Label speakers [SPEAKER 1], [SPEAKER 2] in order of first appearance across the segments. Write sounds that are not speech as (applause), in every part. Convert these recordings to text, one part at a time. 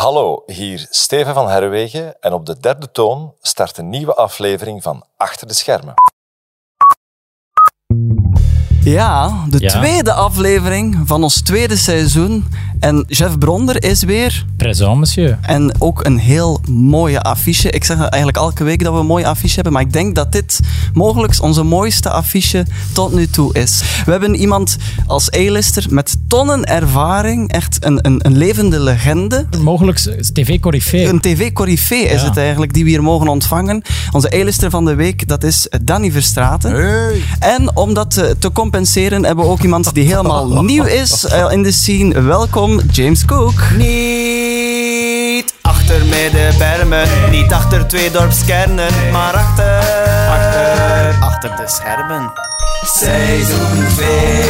[SPEAKER 1] Hallo, hier Steven van Herwegen en op de derde toon start een nieuwe aflevering van Achter de Schermen.
[SPEAKER 2] Ja, de
[SPEAKER 3] Ja.
[SPEAKER 2] tweede aflevering van ons tweede seizoen. En Jeff Bronder is weer.
[SPEAKER 3] Présent, monsieur.
[SPEAKER 2] En ook een heel mooie affiche. Ik zeg eigenlijk elke week dat we een mooie affiche hebben. Maar ik denk dat dit mogelijk onze mooiste affiche tot nu toe is. We hebben iemand als A-lister met tonnen ervaring. Echt een, een, een levende legende.
[SPEAKER 3] Mogelijk tv-corrifee.
[SPEAKER 2] Een tv-corrifee is
[SPEAKER 3] Ja.
[SPEAKER 2] het eigenlijk die we hier mogen ontvangen. Onze A-lister van de week, dat is Danny Verstraten. En om dat te, te compenseren hebben we ook iemand die helemaal nieuw is eh, in de scene. Welkom, James Cook.
[SPEAKER 4] Niet achter middenbermen, niet achter twee dorpskernen, maar achter, achter, achter de schermen. Seizoen 2.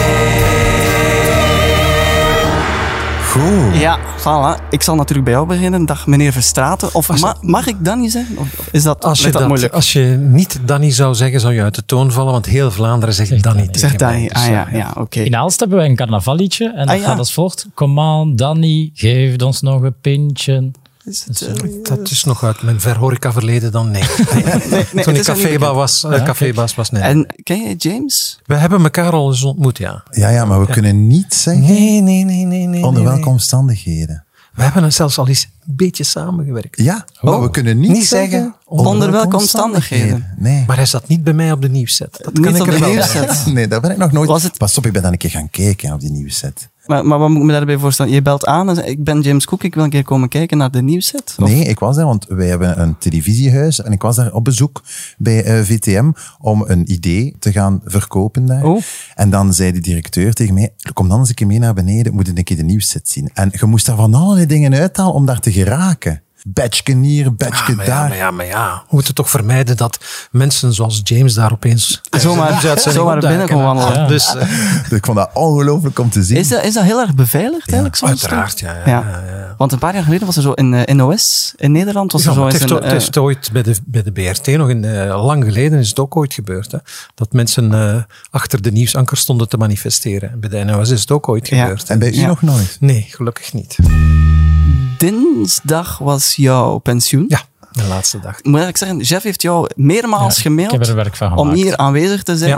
[SPEAKER 2] Ja, voilà. Ik zal natuurlijk bij jou beginnen. Dag, meneer Verstraten. Of ma- mag ik Danny zeggen? Of is dat,
[SPEAKER 5] Als je,
[SPEAKER 2] ligt
[SPEAKER 5] dat
[SPEAKER 2] dat, moeilijk?
[SPEAKER 5] als je niet Danny zou zeggen, zou je uit de toon vallen, want heel Vlaanderen zegt
[SPEAKER 3] Zegt
[SPEAKER 5] Danny
[SPEAKER 3] Danny.
[SPEAKER 5] tegen
[SPEAKER 2] Zeg Danny.
[SPEAKER 5] mij. Dus,
[SPEAKER 2] Ah
[SPEAKER 5] eh,
[SPEAKER 2] ja, ja oké.
[SPEAKER 3] In Aalst hebben wij een carnavalliedje en dat
[SPEAKER 2] Ah, ja.
[SPEAKER 3] gaat als volgt. Kom aan, Danny, geef ons nog een pintje.
[SPEAKER 2] Is het, eh,
[SPEAKER 5] Dat is nog uit mijn verhoreca verleden dan nee.
[SPEAKER 2] (laughs)
[SPEAKER 5] nee.
[SPEAKER 2] nee,
[SPEAKER 5] Toen
[SPEAKER 2] het
[SPEAKER 5] ik
[SPEAKER 2] is nog niet
[SPEAKER 5] caféba
[SPEAKER 2] bekend.
[SPEAKER 5] was, eh, cafébaas was, nee.
[SPEAKER 2] En ken jij James?
[SPEAKER 5] We hebben elkaar al eens ontmoet, ja.
[SPEAKER 6] Ja, ja, maar we kunnen niet zeggen
[SPEAKER 5] Nee, nee, nee, nee. nee
[SPEAKER 6] onder
[SPEAKER 5] nee,
[SPEAKER 6] welke
[SPEAKER 5] nee.
[SPEAKER 6] omstandigheden.
[SPEAKER 5] We hebben er zelfs al eens een beetje samengewerkt.
[SPEAKER 6] Ja, maar we kunnen niet,
[SPEAKER 5] Niet zeggen
[SPEAKER 2] onder welke omstandigheden.
[SPEAKER 6] Nee.
[SPEAKER 5] Maar hij zat niet bij mij op de nieuwset. Dat
[SPEAKER 2] Niet
[SPEAKER 5] kan ik
[SPEAKER 2] op
[SPEAKER 5] er
[SPEAKER 2] de
[SPEAKER 5] wel
[SPEAKER 2] nieuwsset.
[SPEAKER 5] bij zeggen.
[SPEAKER 6] (laughs) nee, daar ben ik nog nooit.
[SPEAKER 2] Was het-
[SPEAKER 6] Pas op, ik ben dan een keer gaan kijken op die nieuwe set.
[SPEAKER 2] Maar, maar wat moet ik me daarbij voorstellen? Je belt aan en zegt, ik ben James Cook, ik wil een keer komen kijken naar de nieuwset. Of-
[SPEAKER 6] Nee, ik was daar, want wij hebben een televisiehuis en ik was daar op bezoek bij eh, VTM om een idee te gaan verkopen daar.
[SPEAKER 2] Oh.
[SPEAKER 6] En dan zei de directeur tegen mij, kom dan eens een keer mee naar beneden, moet je een keer de nieuwset zien. En je moest daar van allerlei dingen uithalen om daar te geraken. Batchken hier, batchken
[SPEAKER 5] Maar ja,
[SPEAKER 6] daar.
[SPEAKER 5] maar ja, maar ja. We moeten toch vermijden dat mensen zoals James daar opeens
[SPEAKER 2] Zomaar-
[SPEAKER 5] tijdens de nieuwsuitzending
[SPEAKER 2] zomaar
[SPEAKER 5] opduiken,
[SPEAKER 2] binnen komen
[SPEAKER 5] hè.
[SPEAKER 2] wandelen.
[SPEAKER 5] Ja. Dus eh,
[SPEAKER 6] Ik vond dat ongelooflijk om te zien.
[SPEAKER 2] Is dat, is dat heel erg beveiligd eigenlijk soms?
[SPEAKER 5] uiteraard, ja, ja, ja,
[SPEAKER 2] Want een paar jaar geleden was er zo in eh, NOS, in Nederland, was er
[SPEAKER 5] Ja,
[SPEAKER 2] zo
[SPEAKER 5] maar het,
[SPEAKER 2] eens
[SPEAKER 5] heeft,
[SPEAKER 2] een...
[SPEAKER 5] o- het
[SPEAKER 2] eh,
[SPEAKER 5] heeft ooit bij de, bij de BRT, nog in, eh, lang geleden is het ook ooit gebeurd, hè, dat mensen eh, achter de nieuwsanker stonden te manifesteren. En bij de NOS is het ook ooit
[SPEAKER 2] Ja.
[SPEAKER 5] gebeurd.
[SPEAKER 6] En bij u
[SPEAKER 2] Ja.
[SPEAKER 6] nog nooit.
[SPEAKER 5] Nee, gelukkig niet.
[SPEAKER 2] Dinsdag was jouw pensioen.
[SPEAKER 5] Ja, de laatste dag.
[SPEAKER 2] Ik Moet eigenlijk zeggen, Jeff heeft jou meermaals
[SPEAKER 3] Ja,
[SPEAKER 2] gemaild
[SPEAKER 3] ik heb er werk van
[SPEAKER 2] om
[SPEAKER 3] gemaakt.
[SPEAKER 2] hier aanwezig te zijn.
[SPEAKER 5] Ja.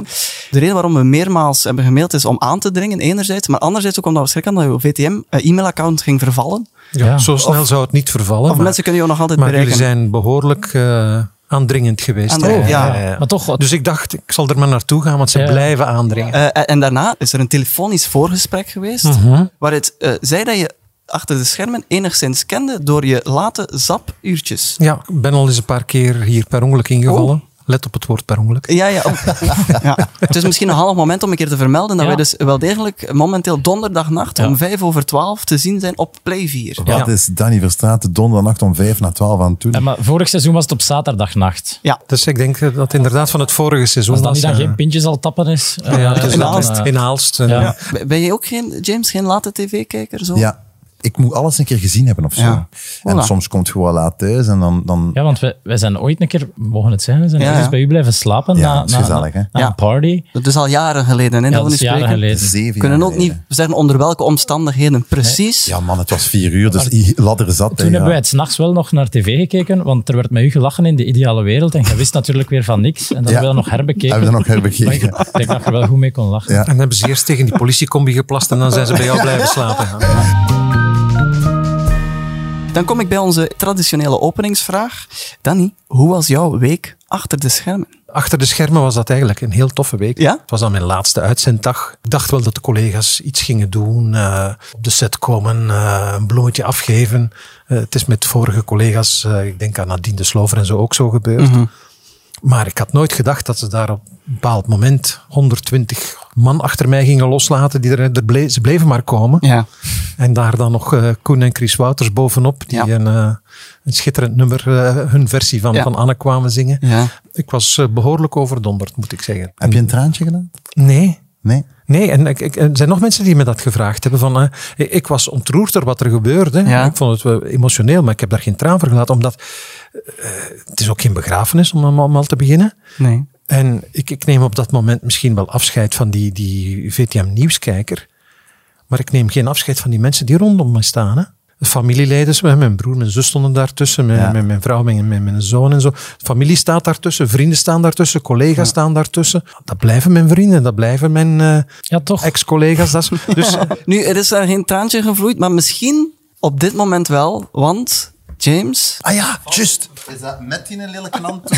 [SPEAKER 2] De reden waarom we meermaals hebben gemaild is om aan te dringen, enerzijds, maar anderzijds ook omdat we schrik hadden dat je VTM-e-mailaccount eh, ging vervallen.
[SPEAKER 5] Ja,
[SPEAKER 3] Ja.
[SPEAKER 5] Zo snel zou het niet vervallen.
[SPEAKER 2] Of
[SPEAKER 5] maar
[SPEAKER 2] mensen kunnen jou nog altijd
[SPEAKER 5] maar
[SPEAKER 2] bereiken.
[SPEAKER 5] jullie zijn behoorlijk eh, aandringend geweest.
[SPEAKER 2] Aandringend,
[SPEAKER 5] hè.
[SPEAKER 2] ja.
[SPEAKER 3] Maar toch, wat-
[SPEAKER 5] Dus ik dacht, ik zal er maar naartoe gaan, want ze
[SPEAKER 3] Ja.
[SPEAKER 5] blijven aandringen.
[SPEAKER 2] Eh, en, en daarna is er een telefonisch voorgesprek geweest,
[SPEAKER 3] Mhm.
[SPEAKER 2] waaruit eh, zei dat je achter de schermen enigszins kende door je late zapuurtjes.
[SPEAKER 5] Ja, ik ben al eens een paar keer hier per ongeluk
[SPEAKER 2] Oh.
[SPEAKER 5] ingevallen. Let op het woord per ongeluk.
[SPEAKER 2] Ja, ja,
[SPEAKER 3] (laughs)
[SPEAKER 2] oh. ja. Het is misschien een half moment om een keer te vermelden dat
[SPEAKER 3] Ja.
[SPEAKER 2] wij dus wel degelijk momenteel donderdagnacht
[SPEAKER 3] Ja.
[SPEAKER 2] om vijf over twaalf te zien zijn op Play 4.
[SPEAKER 6] Wat is Danny Verstraeten donderdag om 5 na 12 aan het doen?
[SPEAKER 3] Ja, maar vorig seizoen was het op zaterdagnacht.
[SPEAKER 2] Ja,
[SPEAKER 5] Dus ik denk dat het inderdaad van het vorige seizoen
[SPEAKER 3] Als dan
[SPEAKER 5] was.
[SPEAKER 3] niet dan
[SPEAKER 5] eh,
[SPEAKER 3] geen pintjes al tappen is. eh,
[SPEAKER 5] Ja, dus
[SPEAKER 3] dan,
[SPEAKER 5] dat is
[SPEAKER 2] Aalst.
[SPEAKER 3] eh,
[SPEAKER 5] in Aalst. En,
[SPEAKER 3] ja.
[SPEAKER 2] (laughs) Ben- Ben je ook geen, James, geen late tv-kijker? Zo?
[SPEAKER 6] Ja, ik moet alles een keer gezien hebben of zo.
[SPEAKER 2] Ja.
[SPEAKER 6] En
[SPEAKER 2] Voilà.
[SPEAKER 6] soms komt je wel laat thuis en dan... dan
[SPEAKER 3] Ja, want wij, wij zijn ooit een keer, mogen het zijn, we zijn
[SPEAKER 2] Ja,
[SPEAKER 3] ergens
[SPEAKER 2] ja.
[SPEAKER 3] bij u blijven slapen
[SPEAKER 6] Ja,
[SPEAKER 3] na,
[SPEAKER 6] dat is
[SPEAKER 3] na,
[SPEAKER 6] gezellig, hè?
[SPEAKER 3] na- na
[SPEAKER 2] Ja.
[SPEAKER 3] een party.
[SPEAKER 2] Dat is al jaren geleden, hè,
[SPEAKER 3] Ja,
[SPEAKER 2] dat we
[SPEAKER 3] dat
[SPEAKER 2] nu
[SPEAKER 3] is jaren
[SPEAKER 2] spreken.
[SPEAKER 3] geleden.
[SPEAKER 6] zeven
[SPEAKER 2] We kunnen
[SPEAKER 6] jaar
[SPEAKER 2] ook niet
[SPEAKER 6] geleden.
[SPEAKER 2] zeggen onder welke omstandigheden precies.
[SPEAKER 6] Ja man, het was vier uur, dus die ladder zat. hè,
[SPEAKER 3] Toen hebben
[SPEAKER 6] ja.
[SPEAKER 3] wij het s'nachts wel nog naar tv gekeken, want er werd met u gelachen in de ideale wereld en jij wist natuurlijk weer van niks. En dat hebben we dan nog herbekeken.
[SPEAKER 6] Hebben we dat nog
[SPEAKER 3] (laughs) Maar ik
[SPEAKER 6] herbekeken.
[SPEAKER 3] ik denk dat je er wel goed mee kon lachen.
[SPEAKER 6] Ja.
[SPEAKER 5] En dan hebben ze eerst tegen die politiecombi geplast en dan zijn ze bij jou blijven slapen.
[SPEAKER 2] Dan kom ik bij onze traditionele openingsvraag. Danny, hoe was jouw week achter de schermen?
[SPEAKER 5] Achter de schermen was dat eigenlijk een heel toffe week.
[SPEAKER 2] Ja?
[SPEAKER 5] Het was dan mijn laatste uitzenddag. Ik dacht wel dat de collega's iets gingen doen. eh, op de set komen, eh, een bloemetje afgeven. Eh, het is met vorige collega's, eh, ik denk aan Nadine de Slover en zo, ook zo gebeurd. Maar ik had nooit gedacht dat ze daar op een bepaald moment 120 man achter mij gingen loslaten. Die er, er ble- ze bleven maar komen.
[SPEAKER 2] Ja.
[SPEAKER 5] En daar dan nog eh, Koen en Chris Wouters bovenop, die
[SPEAKER 2] Ja.
[SPEAKER 5] een, eh, een schitterend nummer, eh, hun versie van,
[SPEAKER 2] Ja.
[SPEAKER 5] van Anne kwamen zingen.
[SPEAKER 2] Ja.
[SPEAKER 5] Ik was eh, behoorlijk overdonderd, moet ik zeggen.
[SPEAKER 6] Heb je een traantje gedaan?
[SPEAKER 5] Nee.
[SPEAKER 6] Nee?
[SPEAKER 5] Nee, en ik, ik- er zijn nog mensen die me dat gevraagd hebben. Van, eh, ik was ontroerd door wat er gebeurde.
[SPEAKER 2] Ja.
[SPEAKER 5] Ik vond het wel emotioneel, maar ik heb daar geen traan voor gelaten. Omdat eh, het is ook geen begrafenis, om allemaal te beginnen.
[SPEAKER 2] Nee.
[SPEAKER 5] En ik, ik neem op dat moment misschien wel afscheid van die, die VTM-nieuwskijker. Maar ik neem geen afscheid van die mensen die rondom me staan. Hè. familieleiders, mijn broer, mijn zus stonden daartussen, mijn,
[SPEAKER 6] Ja.
[SPEAKER 5] mijn, mijn vrouw, mijn, mijn, mijn zoon en zo. Familie staat daartussen, vrienden staan daartussen, collega's staan daartussen. Dat blijven mijn vrienden, dat blijven mijn eh,
[SPEAKER 3] Ja, toch?
[SPEAKER 5] ex-collega's. dat is- Dus
[SPEAKER 2] Nu, er is daar geen traantje gevloeid, maar misschien op dit moment wel, want James...
[SPEAKER 6] Ah ja, juist. Is dat met die (laughs) lelijke hand?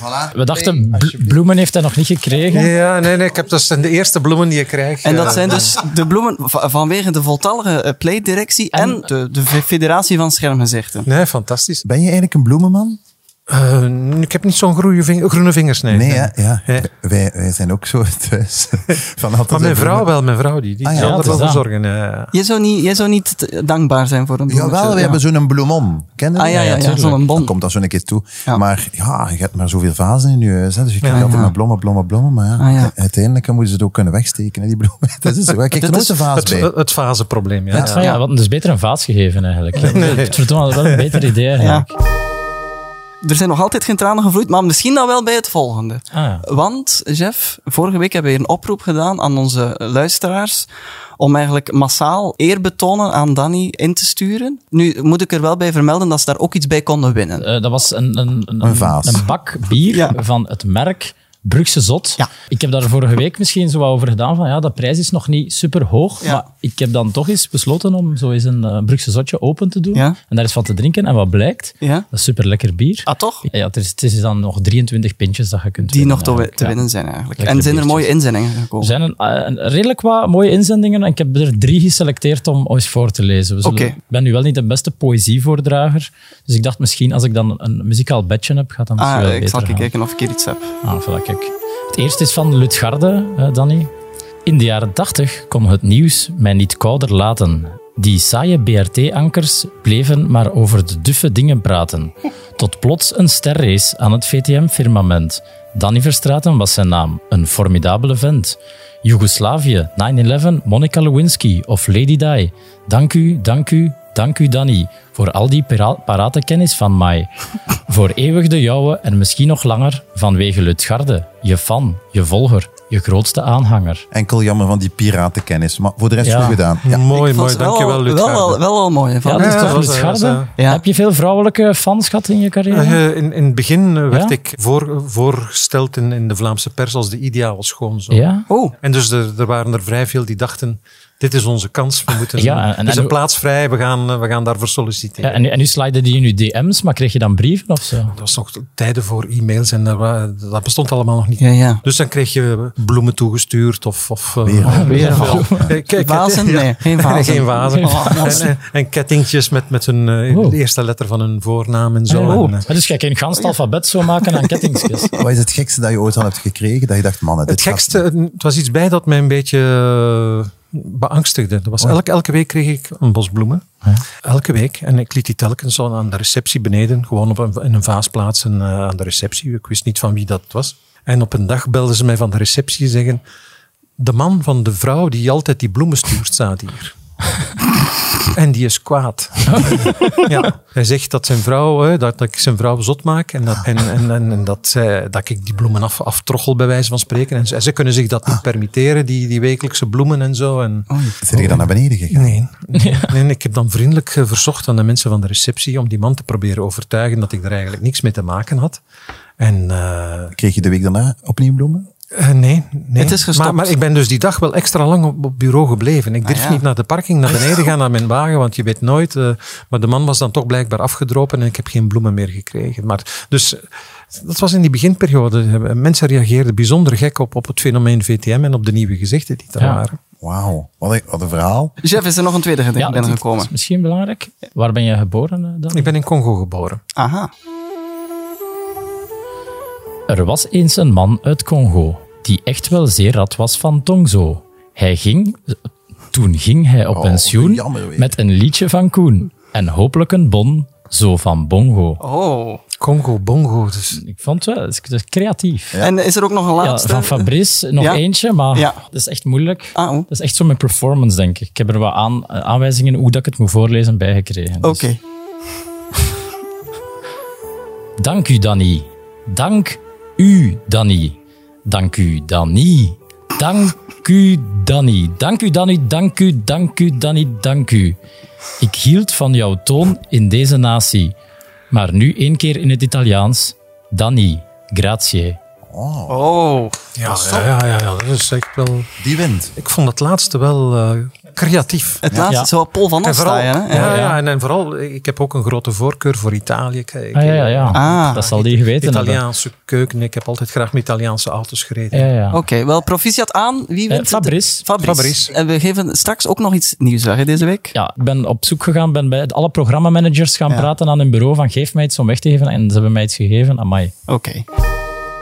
[SPEAKER 6] voilà.
[SPEAKER 3] We dachten, bl- bloemen heeft hij nog niet gekregen.
[SPEAKER 5] ja, nee, nee, ik heb, dat zijn de eerste bloemen die je krijgt.
[SPEAKER 2] En
[SPEAKER 5] Ja.
[SPEAKER 2] dat zijn dus de bloemen va- vanwege de voltallige eh, pleitdirectie en de, de Federatie van Schermgezichten.
[SPEAKER 5] Nee, fantastisch.
[SPEAKER 6] Ben je eigenlijk een bloemenman?
[SPEAKER 5] Eh, ik heb niet zo'n groene, ving- groene vingers, nee.
[SPEAKER 6] Nee, hè? ja.
[SPEAKER 5] Ja.
[SPEAKER 6] Wij, wij zijn ook zo (laughs) thuis. Van altijd
[SPEAKER 5] Maar mijn
[SPEAKER 6] een
[SPEAKER 5] vrouw
[SPEAKER 6] bloemen-
[SPEAKER 5] wel, mijn vrouw, die, die
[SPEAKER 6] Ah, ja,
[SPEAKER 3] het
[SPEAKER 5] zal er
[SPEAKER 3] is
[SPEAKER 5] wel voor
[SPEAKER 3] dat.
[SPEAKER 5] zorgen. eh.
[SPEAKER 2] Jij zou niet, jij zou niet te- dankbaar zijn voor een bloemetje.
[SPEAKER 6] Jawel, we hebben zo'n bloemon. Ken je
[SPEAKER 2] Ah
[SPEAKER 6] die?
[SPEAKER 2] ja, ja, ja,
[SPEAKER 3] tuurlijk.
[SPEAKER 2] zo'n
[SPEAKER 6] Dan
[SPEAKER 2] bon.
[SPEAKER 6] komt dat zo een keer toe.
[SPEAKER 2] Ja.
[SPEAKER 6] Maar ja, je hebt maar zoveel vazen in je huis. Hè, dus je krijgt altijd maar blommen, blommen, blommen. Maar ja,
[SPEAKER 2] Ah, ja.
[SPEAKER 6] uiteindelijk moeten ze het ook kunnen wegsteken, hè, die bloemen. (laughs) Dat is zo. Ik krijg
[SPEAKER 2] Dat
[SPEAKER 6] er nooit
[SPEAKER 2] is- eh,
[SPEAKER 6] een vaas
[SPEAKER 5] Het,
[SPEAKER 6] bij.
[SPEAKER 5] het faseprobleem, ja.
[SPEAKER 3] Het van, ja, we hadden dus beter een vaas gegeven eigenlijk. Het vertoont wel een beter idee eigenlijk.
[SPEAKER 2] Er zijn nog altijd geen tranen gevloeid, maar misschien dan wel bij het volgende.
[SPEAKER 3] Ah.
[SPEAKER 2] Want, Jeff, vorige week hebben we hier een oproep gedaan aan onze luisteraars om eigenlijk massaal eerbetonen aan Danny in te sturen. Nu moet ik er wel bij vermelden dat ze daar ook iets bij konden winnen.
[SPEAKER 3] Eh, dat was een, een, een,
[SPEAKER 6] Een vaas.
[SPEAKER 3] een bak bier
[SPEAKER 2] Ja.
[SPEAKER 3] van het merk Brugse Zot.
[SPEAKER 2] Ja.
[SPEAKER 3] Ik heb daar vorige week misschien zo wat over gedaan. Van, ja, dat prijs is nog niet super hoog.
[SPEAKER 2] Ja.
[SPEAKER 3] Maar ik heb dan toch eens besloten om zo eens een eh, Brugse Zotje open te doen.
[SPEAKER 2] Ja.
[SPEAKER 3] En daar eens van te drinken. En wat blijkt?
[SPEAKER 2] Ja.
[SPEAKER 3] Dat is super lekker bier.
[SPEAKER 2] Ah, toch?
[SPEAKER 3] Ja, het is, het is dan nog 23 pintjes dat je kunt
[SPEAKER 2] Die
[SPEAKER 3] winnen
[SPEAKER 2] nog te, wi-
[SPEAKER 3] eigenlijk.
[SPEAKER 2] te
[SPEAKER 3] Ja.
[SPEAKER 2] winnen zijn eigenlijk.
[SPEAKER 3] Lekkere
[SPEAKER 2] en zijn er
[SPEAKER 3] biertjes.
[SPEAKER 2] mooie inzendingen gekomen.
[SPEAKER 3] Er zijn een, eh, een redelijk wat mooie inzendingen en ik heb er drie geselecteerd om eens voor te lezen. We zullen-
[SPEAKER 2] Oké.
[SPEAKER 3] Ik ben nu wel niet de beste poëzievoordrager, dus ik dacht misschien als ik dan een muzikaal bedje heb, gaat dat misschien
[SPEAKER 2] Ah,
[SPEAKER 3] wel
[SPEAKER 2] ik
[SPEAKER 3] beter
[SPEAKER 2] zal
[SPEAKER 3] gaan.
[SPEAKER 2] kijken of ik hier iets heb.
[SPEAKER 3] Ah, voilà, kijk. Het eerste is van Lutgarde, eh, Danny. In de jaren 80 kon het nieuws mij niet kouder laten. Die saaie BRT-ankers bleven maar over de duffe dingen praten. Tot plots een sterrace aan het VTM-firmament. Danny Verstraten was zijn naam, een formidabele vent. Joegoslavië, 9-11, Monica Lewinsky of Lady Di. Dank u, dank u, dank u Danny voor al die para- parate kennis van mij. Voor eeuwig de jouwe en misschien nog langer vanwege Lutgarde, je fan, je volger, je grootste aanhanger.
[SPEAKER 6] Enkel jammer van die piratenkennis. Maar voor de rest
[SPEAKER 3] Ja.
[SPEAKER 6] goed gedaan. Ja.
[SPEAKER 5] Mooi,
[SPEAKER 2] Ik vond
[SPEAKER 5] mooi.
[SPEAKER 2] het wel-
[SPEAKER 5] Dankjewel, Luc.
[SPEAKER 2] Wel, wel, wel al mooi.
[SPEAKER 3] Ja,
[SPEAKER 2] Van-
[SPEAKER 3] dat is toch
[SPEAKER 5] dat was- dat
[SPEAKER 3] Eh, Lutgarde?
[SPEAKER 5] was,
[SPEAKER 2] ja.
[SPEAKER 3] Heb je veel vrouwelijke fans gehad in je carrière?
[SPEAKER 5] Eh, in, in het begin eh, werd
[SPEAKER 3] Ja?
[SPEAKER 5] ik voor, voorgesteld in, in de Vlaamse pers als de ideale schoonzoon.
[SPEAKER 3] ja?
[SPEAKER 2] Oh,
[SPEAKER 5] En dus er, er waren er vrij veel die dachten, dit is onze kans, we moeten,
[SPEAKER 3] Ja, en-
[SPEAKER 5] er is
[SPEAKER 3] en-
[SPEAKER 5] een plaats vrij, we gaan, eh, we gaan daarvoor solliciteren.
[SPEAKER 3] Ja, en, nu- en nu sliden die in je DM's, maar kreeg je dan brieven of zo?
[SPEAKER 5] Dat was nog tijden voor e-mails en er wa- dat bestond allemaal nog niet.
[SPEAKER 2] ja, ja.
[SPEAKER 5] Dus dan kreeg je bloemen toegestuurd of... of eh,
[SPEAKER 6] Weer.
[SPEAKER 3] Weer.
[SPEAKER 5] Eh, (laughs) kijk, kijk,
[SPEAKER 2] Vazen?
[SPEAKER 5] ja.
[SPEAKER 2] Nee, geen
[SPEAKER 5] Nee,
[SPEAKER 2] vazen.
[SPEAKER 5] geen wazen.
[SPEAKER 2] Oh,
[SPEAKER 5] en, en- en kettingtjes met, met hun, eh,
[SPEAKER 3] Wow.
[SPEAKER 5] de eerste letter van hun voornaam en zo.
[SPEAKER 3] Oh,
[SPEAKER 5] En, eh,
[SPEAKER 3] dus jij kan een gans het alfabet zo maken aan
[SPEAKER 6] (laughs)
[SPEAKER 3] kettingjes.
[SPEAKER 6] Wat is het gekste dat je ooit al hebt gekregen? Dat je dacht, mannen, dit
[SPEAKER 5] Het gekste, het was iets bij dat mij een beetje eh, beangstigde. Dat was elke, elke week kreeg ik een bos bloemen. Elke week. En ik liet die telkens al aan de receptie beneden, gewoon op een, in een vaas plaatsen eh, aan de receptie. Ik wist niet van wie dat was. En op een dag belden ze mij van de receptie zeggen, de man van de vrouw die altijd die bloemen stuurt, staat hier. En die is kwaad. Ja. (laughs) Hij zegt dat zijn vrouw, eh, dat, dat ik zijn vrouw zot maak en dat, en, en, en, en dat, zij- dat ik die bloemen af, aftroggel, bij wijze van spreken. En ze, ze kunnen zich dat niet permitteren, die, die wekelijkse bloemen en zo. En,
[SPEAKER 6] gaat. Zit je dan naar beneden gegaan?
[SPEAKER 5] Nee, nee, nee, ik heb dan vriendelijk eh, verzocht aan de mensen van de receptie om die man te proberen overtuigen dat ik er eigenlijk niks mee te maken had. En eh,
[SPEAKER 6] Kreeg je de week daarna opnieuw bloemen?
[SPEAKER 5] eh, nee, nee.
[SPEAKER 2] Het is gestopt. Ah,
[SPEAKER 5] Maar, maar ik ben dus die dag wel extra lang op, op bureau gebleven. Ik durf
[SPEAKER 2] ja.
[SPEAKER 5] niet naar de parking, naar beneden gaan, naar mijn wagen, want je weet nooit. eh, maar de man was dan toch blijkbaar afgedropen en ik heb geen bloemen meer gekregen. Maar, dus eh, dat was in die beginperiode. Eh, Mensen reageerden bijzonder gek op, op het fenomeen VTM en op de nieuwe gezichten die daar
[SPEAKER 3] Ja.
[SPEAKER 5] waren.
[SPEAKER 6] Wauw, wat een, wat een verhaal.
[SPEAKER 2] Jeff, is er nog een tweede gedicht
[SPEAKER 3] dat is-
[SPEAKER 2] binnengekomen?
[SPEAKER 3] dat is misschien belangrijk. Waar ben je geboren eh, dan?
[SPEAKER 5] Ik ben in Congo geboren.
[SPEAKER 2] Aha.
[SPEAKER 3] Er was eens een man uit Congo die echt wel zeer rad was van Tongzo. Hij ging, toen ging hij op
[SPEAKER 6] Oh,
[SPEAKER 3] pensioen
[SPEAKER 6] jammer weer.
[SPEAKER 3] met een liedje van Koen en hopelijk een bon, zo van Bongo.
[SPEAKER 2] Oh.
[SPEAKER 5] Congo, bongo. Dus
[SPEAKER 3] Ik vond het wel het is- het is creatief.
[SPEAKER 2] En is er ook nog een
[SPEAKER 3] Ja,
[SPEAKER 2] laatste?
[SPEAKER 3] van Fabrice nog
[SPEAKER 2] Ja.
[SPEAKER 3] eentje, maar
[SPEAKER 2] Ja.
[SPEAKER 3] dat is echt moeilijk.
[SPEAKER 2] Ah, oh.
[SPEAKER 3] Dat is echt zo mijn performance, denk ik. Ik heb er wat aan, eh, aanwijzingen hoe dat ik het moet voorlezen bijgekregen. Dus-
[SPEAKER 2] Oké.
[SPEAKER 3] Dank u, Danny. Dank u, Danny. Dank u, Danny. Dank u, Danny. Dank u, Danny. Dank u, dank u, Danny. Dank u. Ik hield van jouw toon in deze natie. Maar nu één keer in het Italiaans. Danny, grazie.
[SPEAKER 2] Oh,
[SPEAKER 5] Ja, ja, ja, ja, ja, dat is echt wel...
[SPEAKER 6] Die wint.
[SPEAKER 5] Ik vond het laatste wel eh, creatief.
[SPEAKER 2] het laatste
[SPEAKER 3] Ja.
[SPEAKER 2] is wel Paul van Ostaaien.
[SPEAKER 5] ja,
[SPEAKER 2] hè? Ja.
[SPEAKER 5] ja, en, en vooral, ik heb ook een grote voorkeur voor Italië. Kijk, eh,
[SPEAKER 3] Ah, ja, ja, ja.
[SPEAKER 2] Ah.
[SPEAKER 3] dat zal die geweten hebben.
[SPEAKER 5] Italiaanse keuken. Ik heb altijd graag met Italiaanse auto's gereden.
[SPEAKER 3] Ja, ja.
[SPEAKER 2] Oké, wel proficiat aan. Wie
[SPEAKER 3] Eh,
[SPEAKER 2] wint? het?
[SPEAKER 3] Fabrice.
[SPEAKER 2] Fabrice.
[SPEAKER 5] Fabrice.
[SPEAKER 2] En we geven straks ook nog iets nieuws weg hè, deze week.
[SPEAKER 3] Ja, ik ben op zoek gegaan, ben bij alle programmamanagers gaan
[SPEAKER 2] Ja.
[SPEAKER 3] praten aan hun bureau van geef mij iets om weg te geven. En ze hebben mij iets gegeven. Amai.
[SPEAKER 2] Oké.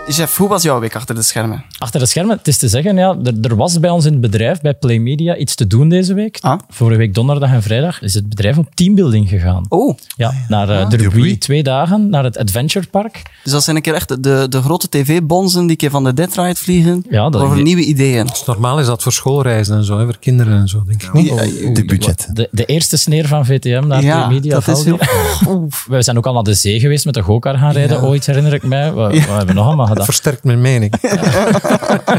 [SPEAKER 2] Jeff, hoe was jouw week achter de schermen?
[SPEAKER 3] Achter de schermen, het is te zeggen, ja, er, er was bij ons in het bedrijf, bij Play Media, iets te doen deze week.
[SPEAKER 2] Ah.
[SPEAKER 3] Vorige week donderdag en vrijdag is het bedrijf op teambuilding gegaan.
[SPEAKER 2] Oh,
[SPEAKER 3] Ja, naar eh, de Ruby,
[SPEAKER 6] Ruby.
[SPEAKER 3] twee dagen, naar het Adventure Park.
[SPEAKER 2] dus dat zijn een keer echt de, de grote tv-bonzen die een keer van de Dead Ride vliegen.
[SPEAKER 3] Ja, dat
[SPEAKER 2] over
[SPEAKER 3] idee-
[SPEAKER 2] nieuwe ideeën.
[SPEAKER 5] Dus normaal is dat voor schoolreizen en zo, hè, voor kinderen en zo, denk ik niet.
[SPEAKER 6] De budget.
[SPEAKER 3] De, de eerste sneer van VTM naar
[SPEAKER 2] ja,
[SPEAKER 3] Play Media.
[SPEAKER 2] dat is
[SPEAKER 3] Valdi.
[SPEAKER 2] heel...
[SPEAKER 3] (laughs)
[SPEAKER 2] Oef.
[SPEAKER 3] We zijn ook al naar de zee geweest met de gokar gaan rijden, ooit herinner ik mij. Wat, wat hebben we nog allemaal
[SPEAKER 2] (laughs)
[SPEAKER 3] gedaan?
[SPEAKER 5] Dat versterkt mijn
[SPEAKER 3] (laughs)
[SPEAKER 5] mening.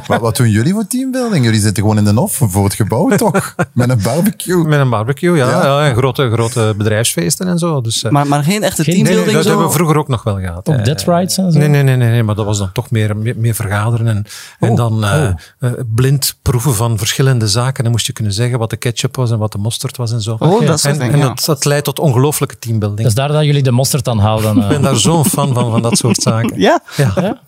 [SPEAKER 6] Maar wat doen jullie voor teambuilding? Jullie zitten gewoon in de hof voor het gebouw, toch? (laughs) Met een barbecue.
[SPEAKER 5] Met een barbecue, ja.
[SPEAKER 6] Ja.
[SPEAKER 5] ja. en grote, grote bedrijfsfesten en zo. Dus, eh,
[SPEAKER 2] Maar, maar geen echte
[SPEAKER 3] Geen-
[SPEAKER 5] nee, nee,
[SPEAKER 2] teambuilding
[SPEAKER 5] dat
[SPEAKER 2] zo?
[SPEAKER 5] hebben we vroeger ook nog wel gehad.
[SPEAKER 3] Ook
[SPEAKER 5] eh.
[SPEAKER 3] death rides en zo?
[SPEAKER 5] Nee, nee, nee, nee, nee, maar dat was dan toch meer, meer, meer vergaderen en,
[SPEAKER 3] Oh,
[SPEAKER 5] en dan eh, eh, blind proeven van verschillende zaken. Dan moest je kunnen zeggen wat de ketchup was en wat de mosterd was en zo.
[SPEAKER 2] Oh, dat soort
[SPEAKER 5] en,
[SPEAKER 2] dingen,
[SPEAKER 5] en
[SPEAKER 2] ja.
[SPEAKER 5] dat, dat leidt tot ongelooflijke
[SPEAKER 3] Dat
[SPEAKER 5] teambuilding.
[SPEAKER 3] is daar dat jullie de mosterd aan haalden. eh.
[SPEAKER 5] Ik ben daar zo'n fan van, van dat
[SPEAKER 3] (laughs)
[SPEAKER 5] soort zaken.
[SPEAKER 2] Ja,
[SPEAKER 5] Ja.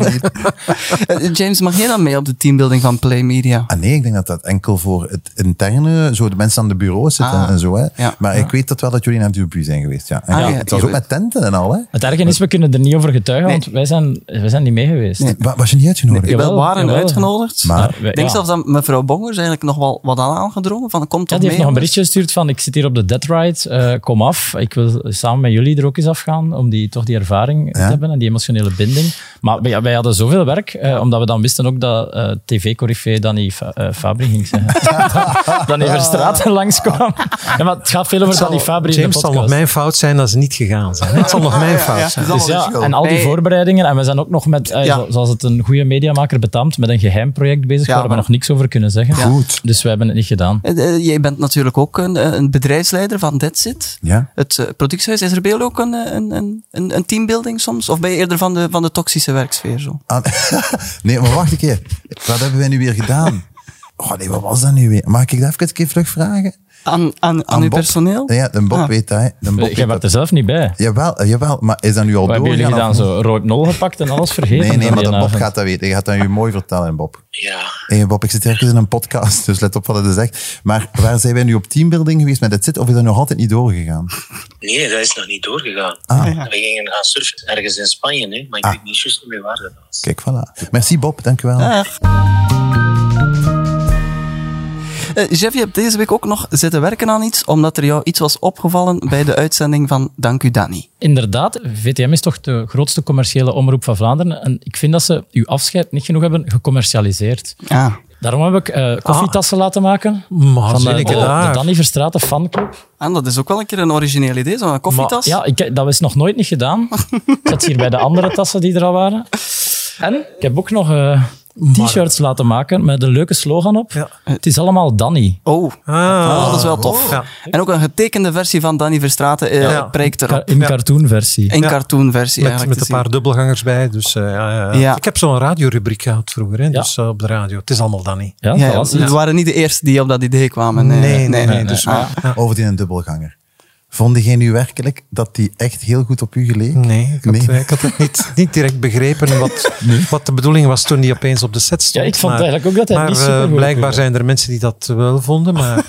[SPEAKER 2] Eh, James, mag jij dan mee op de teambuilding van Play Media?
[SPEAKER 6] (laughs) Ah nee, ik denk dat dat enkel voor het interne, zo de mensen aan de bureaus zitten
[SPEAKER 2] Ah.
[SPEAKER 6] en zo. Hè.
[SPEAKER 2] Ja.
[SPEAKER 6] Maar ik weet dat wel dat jullie naar Dubu zijn geweest. Ja. En
[SPEAKER 2] Ah, ja,
[SPEAKER 6] het was
[SPEAKER 2] je
[SPEAKER 6] ook met tenten en al. Hè.
[SPEAKER 3] Het erge is, we kunnen er niet over getuigen, want wij zijn, wij zijn niet mee geweest.
[SPEAKER 6] Wa- Was je niet uitgenodigd?
[SPEAKER 3] Jawel,
[SPEAKER 2] we waren
[SPEAKER 3] jawel.
[SPEAKER 2] uitgenodigd.
[SPEAKER 6] Maar-
[SPEAKER 3] wij-
[SPEAKER 2] ik denk
[SPEAKER 3] ja.
[SPEAKER 2] zelfs dat mevrouw Bongers eigenlijk nog wel wat aan aangedrongen. Van, kom
[SPEAKER 3] Ja,
[SPEAKER 2] toch
[SPEAKER 3] die heeft
[SPEAKER 2] mee. jongens.
[SPEAKER 3] nog een berichtje gestuurd van ik zit hier op de Dead Ride, eh, kom af. Ik wil samen met jullie er ook eens afgaan om die, toch die ervaring te hebben en die emotionele binding. Maar wij, wij hadden zoveel werk, eh, omdat we dan wisten ook dat eh tv-corrivé Danny Fa- eh, Fabri ging zijn. Danny Verstraeten langskwam. Ja, maar het gaat veel over Danny Fabri in de
[SPEAKER 5] James zal nog
[SPEAKER 3] podcast.
[SPEAKER 5] mijn fout zijn dat ze niet gegaan zijn. Het zal nog mijn fout zijn.
[SPEAKER 2] Dat
[SPEAKER 3] Dus
[SPEAKER 2] is wel
[SPEAKER 3] ja,
[SPEAKER 2] een
[SPEAKER 3] en al die
[SPEAKER 2] Nee.
[SPEAKER 3] voorbereidingen. En we zijn ook nog met, eh,
[SPEAKER 2] Ja.
[SPEAKER 3] zo- zoals het een goede mediamaker betaamt, met een geheim project bezig
[SPEAKER 2] Ja,
[SPEAKER 3] waar we
[SPEAKER 2] maar-
[SPEAKER 3] nog niks over kunnen zeggen.
[SPEAKER 6] Goed.
[SPEAKER 3] Dus we hebben het niet gedaan.
[SPEAKER 2] Eh, eh, Jij bent natuurlijk ook een, eh, een bedrijfsleider van Deadsit.
[SPEAKER 6] Ja.
[SPEAKER 2] Het eh, productiehuis, is er bij jullie ook een, eh, een, een, een, een teambuilding soms? Of ben je eerder van de, van de toxische werksfeer? Zo?
[SPEAKER 6] Ah, (laughs) nee, maar wacht een keer. Wat hebben wij nu weer gedaan? Oh nee, wat was dat nu weer? Mag ik dat even een keer terug vragen?
[SPEAKER 2] Aan, aan, aan uw
[SPEAKER 6] Bob?
[SPEAKER 2] personeel?
[SPEAKER 6] Ja, de Bob
[SPEAKER 2] Ah.
[SPEAKER 6] weet dat. hè. De Bob
[SPEAKER 3] Jij
[SPEAKER 6] weet
[SPEAKER 3] bent
[SPEAKER 6] dat.
[SPEAKER 3] er zelf niet bij.
[SPEAKER 6] Jawel, eh, jawel, maar is dat nu al
[SPEAKER 3] Wat hebben
[SPEAKER 6] doorgaan?
[SPEAKER 3] jullie gedaan?
[SPEAKER 6] of niet?
[SPEAKER 3] Zo rood nol gepakt en alles vergeten?
[SPEAKER 6] Nee, nee,
[SPEAKER 3] van
[SPEAKER 6] maar
[SPEAKER 3] die
[SPEAKER 6] de Bob
[SPEAKER 3] avond?
[SPEAKER 6] gaat dat weten. Je gaat dat nu mooi vertellen, Bob.
[SPEAKER 7] Ja,
[SPEAKER 6] Hey Bob, ik zit ergens in een podcast, dus let op wat hij zegt. Maar waar zijn wij nu op teambuilding geweest met het zit, of is dat nog altijd niet doorgegaan?
[SPEAKER 7] nee, dat is nog niet doorgegaan. We gingen gaan surfen ergens in Spanje, hè? maar ik weet niet juist meer waar dat was.
[SPEAKER 6] Kijk, voilà. Merci Bob, dankjewel.
[SPEAKER 2] Dag. Eh, Jeff, je hebt deze week ook nog zitten werken aan iets, omdat er jou iets was opgevallen bij de uitzending van Dank u Danny.
[SPEAKER 3] Inderdaad, VTM is toch de grootste commerciële omroep van Vlaanderen. En ik vind dat ze uw afscheid niet genoeg hebben gecommercialiseerd.
[SPEAKER 2] Ah,
[SPEAKER 3] Daarom heb ik eh, koffietassen laten maken.
[SPEAKER 5] Maar
[SPEAKER 3] Van
[SPEAKER 5] zie
[SPEAKER 3] de,
[SPEAKER 5] ik
[SPEAKER 3] de, de
[SPEAKER 5] daar.
[SPEAKER 3] Danny Verstraeten fanclub.
[SPEAKER 2] en dat is ook wel een keer een origineel idee, zo'n koffietas.
[SPEAKER 3] Ja, ik, dat is nog nooit niet gedaan. Ik zat hier bij de andere tassen die er al waren. En ik heb ook nog eh, t-shirts laten maken met een leuke slogan op.
[SPEAKER 5] Ja.
[SPEAKER 3] Het is allemaal Danny.
[SPEAKER 2] Oh, Ah, dat is wel tof.
[SPEAKER 5] Ja.
[SPEAKER 2] En ook een getekende versie van Danny Verstraeten eh,
[SPEAKER 5] Ja.
[SPEAKER 2] preekt
[SPEAKER 3] Ka-
[SPEAKER 2] erop.
[SPEAKER 3] In cartoonversie.
[SPEAKER 2] In cartoonversie
[SPEAKER 5] Met,
[SPEAKER 2] eigenlijk
[SPEAKER 5] met
[SPEAKER 2] te
[SPEAKER 5] een paar dubbelgangers bij. Dus, eh, ja, ja.
[SPEAKER 2] Ja.
[SPEAKER 5] Ik heb zo'n radiorubriek gehad vroeger, hè, dus eh, op de radio. Het is allemaal Danny.
[SPEAKER 3] Ja,
[SPEAKER 2] zien. Ja,
[SPEAKER 3] voilà.
[SPEAKER 2] ja, het waren niet de eerste die op dat idee kwamen. eh,
[SPEAKER 5] Nee, nee, nee. dus,
[SPEAKER 2] Ah.
[SPEAKER 6] Over die een dubbelganger. Vond jij nu werkelijk dat die echt heel goed op u geleek?
[SPEAKER 5] Nee, ik had,
[SPEAKER 6] Nee.
[SPEAKER 5] eh, ik had het niet, niet direct begrepen wat, wat de bedoeling was toen die opeens op de set stond.
[SPEAKER 3] Ja, ik vond eigenlijk ook dat hij
[SPEAKER 5] maar,
[SPEAKER 3] niet
[SPEAKER 5] eh,
[SPEAKER 3] supergoed
[SPEAKER 5] blijkbaar
[SPEAKER 3] was.
[SPEAKER 5] zijn er mensen die dat wel
[SPEAKER 3] (laughs)
[SPEAKER 5] vonden, maar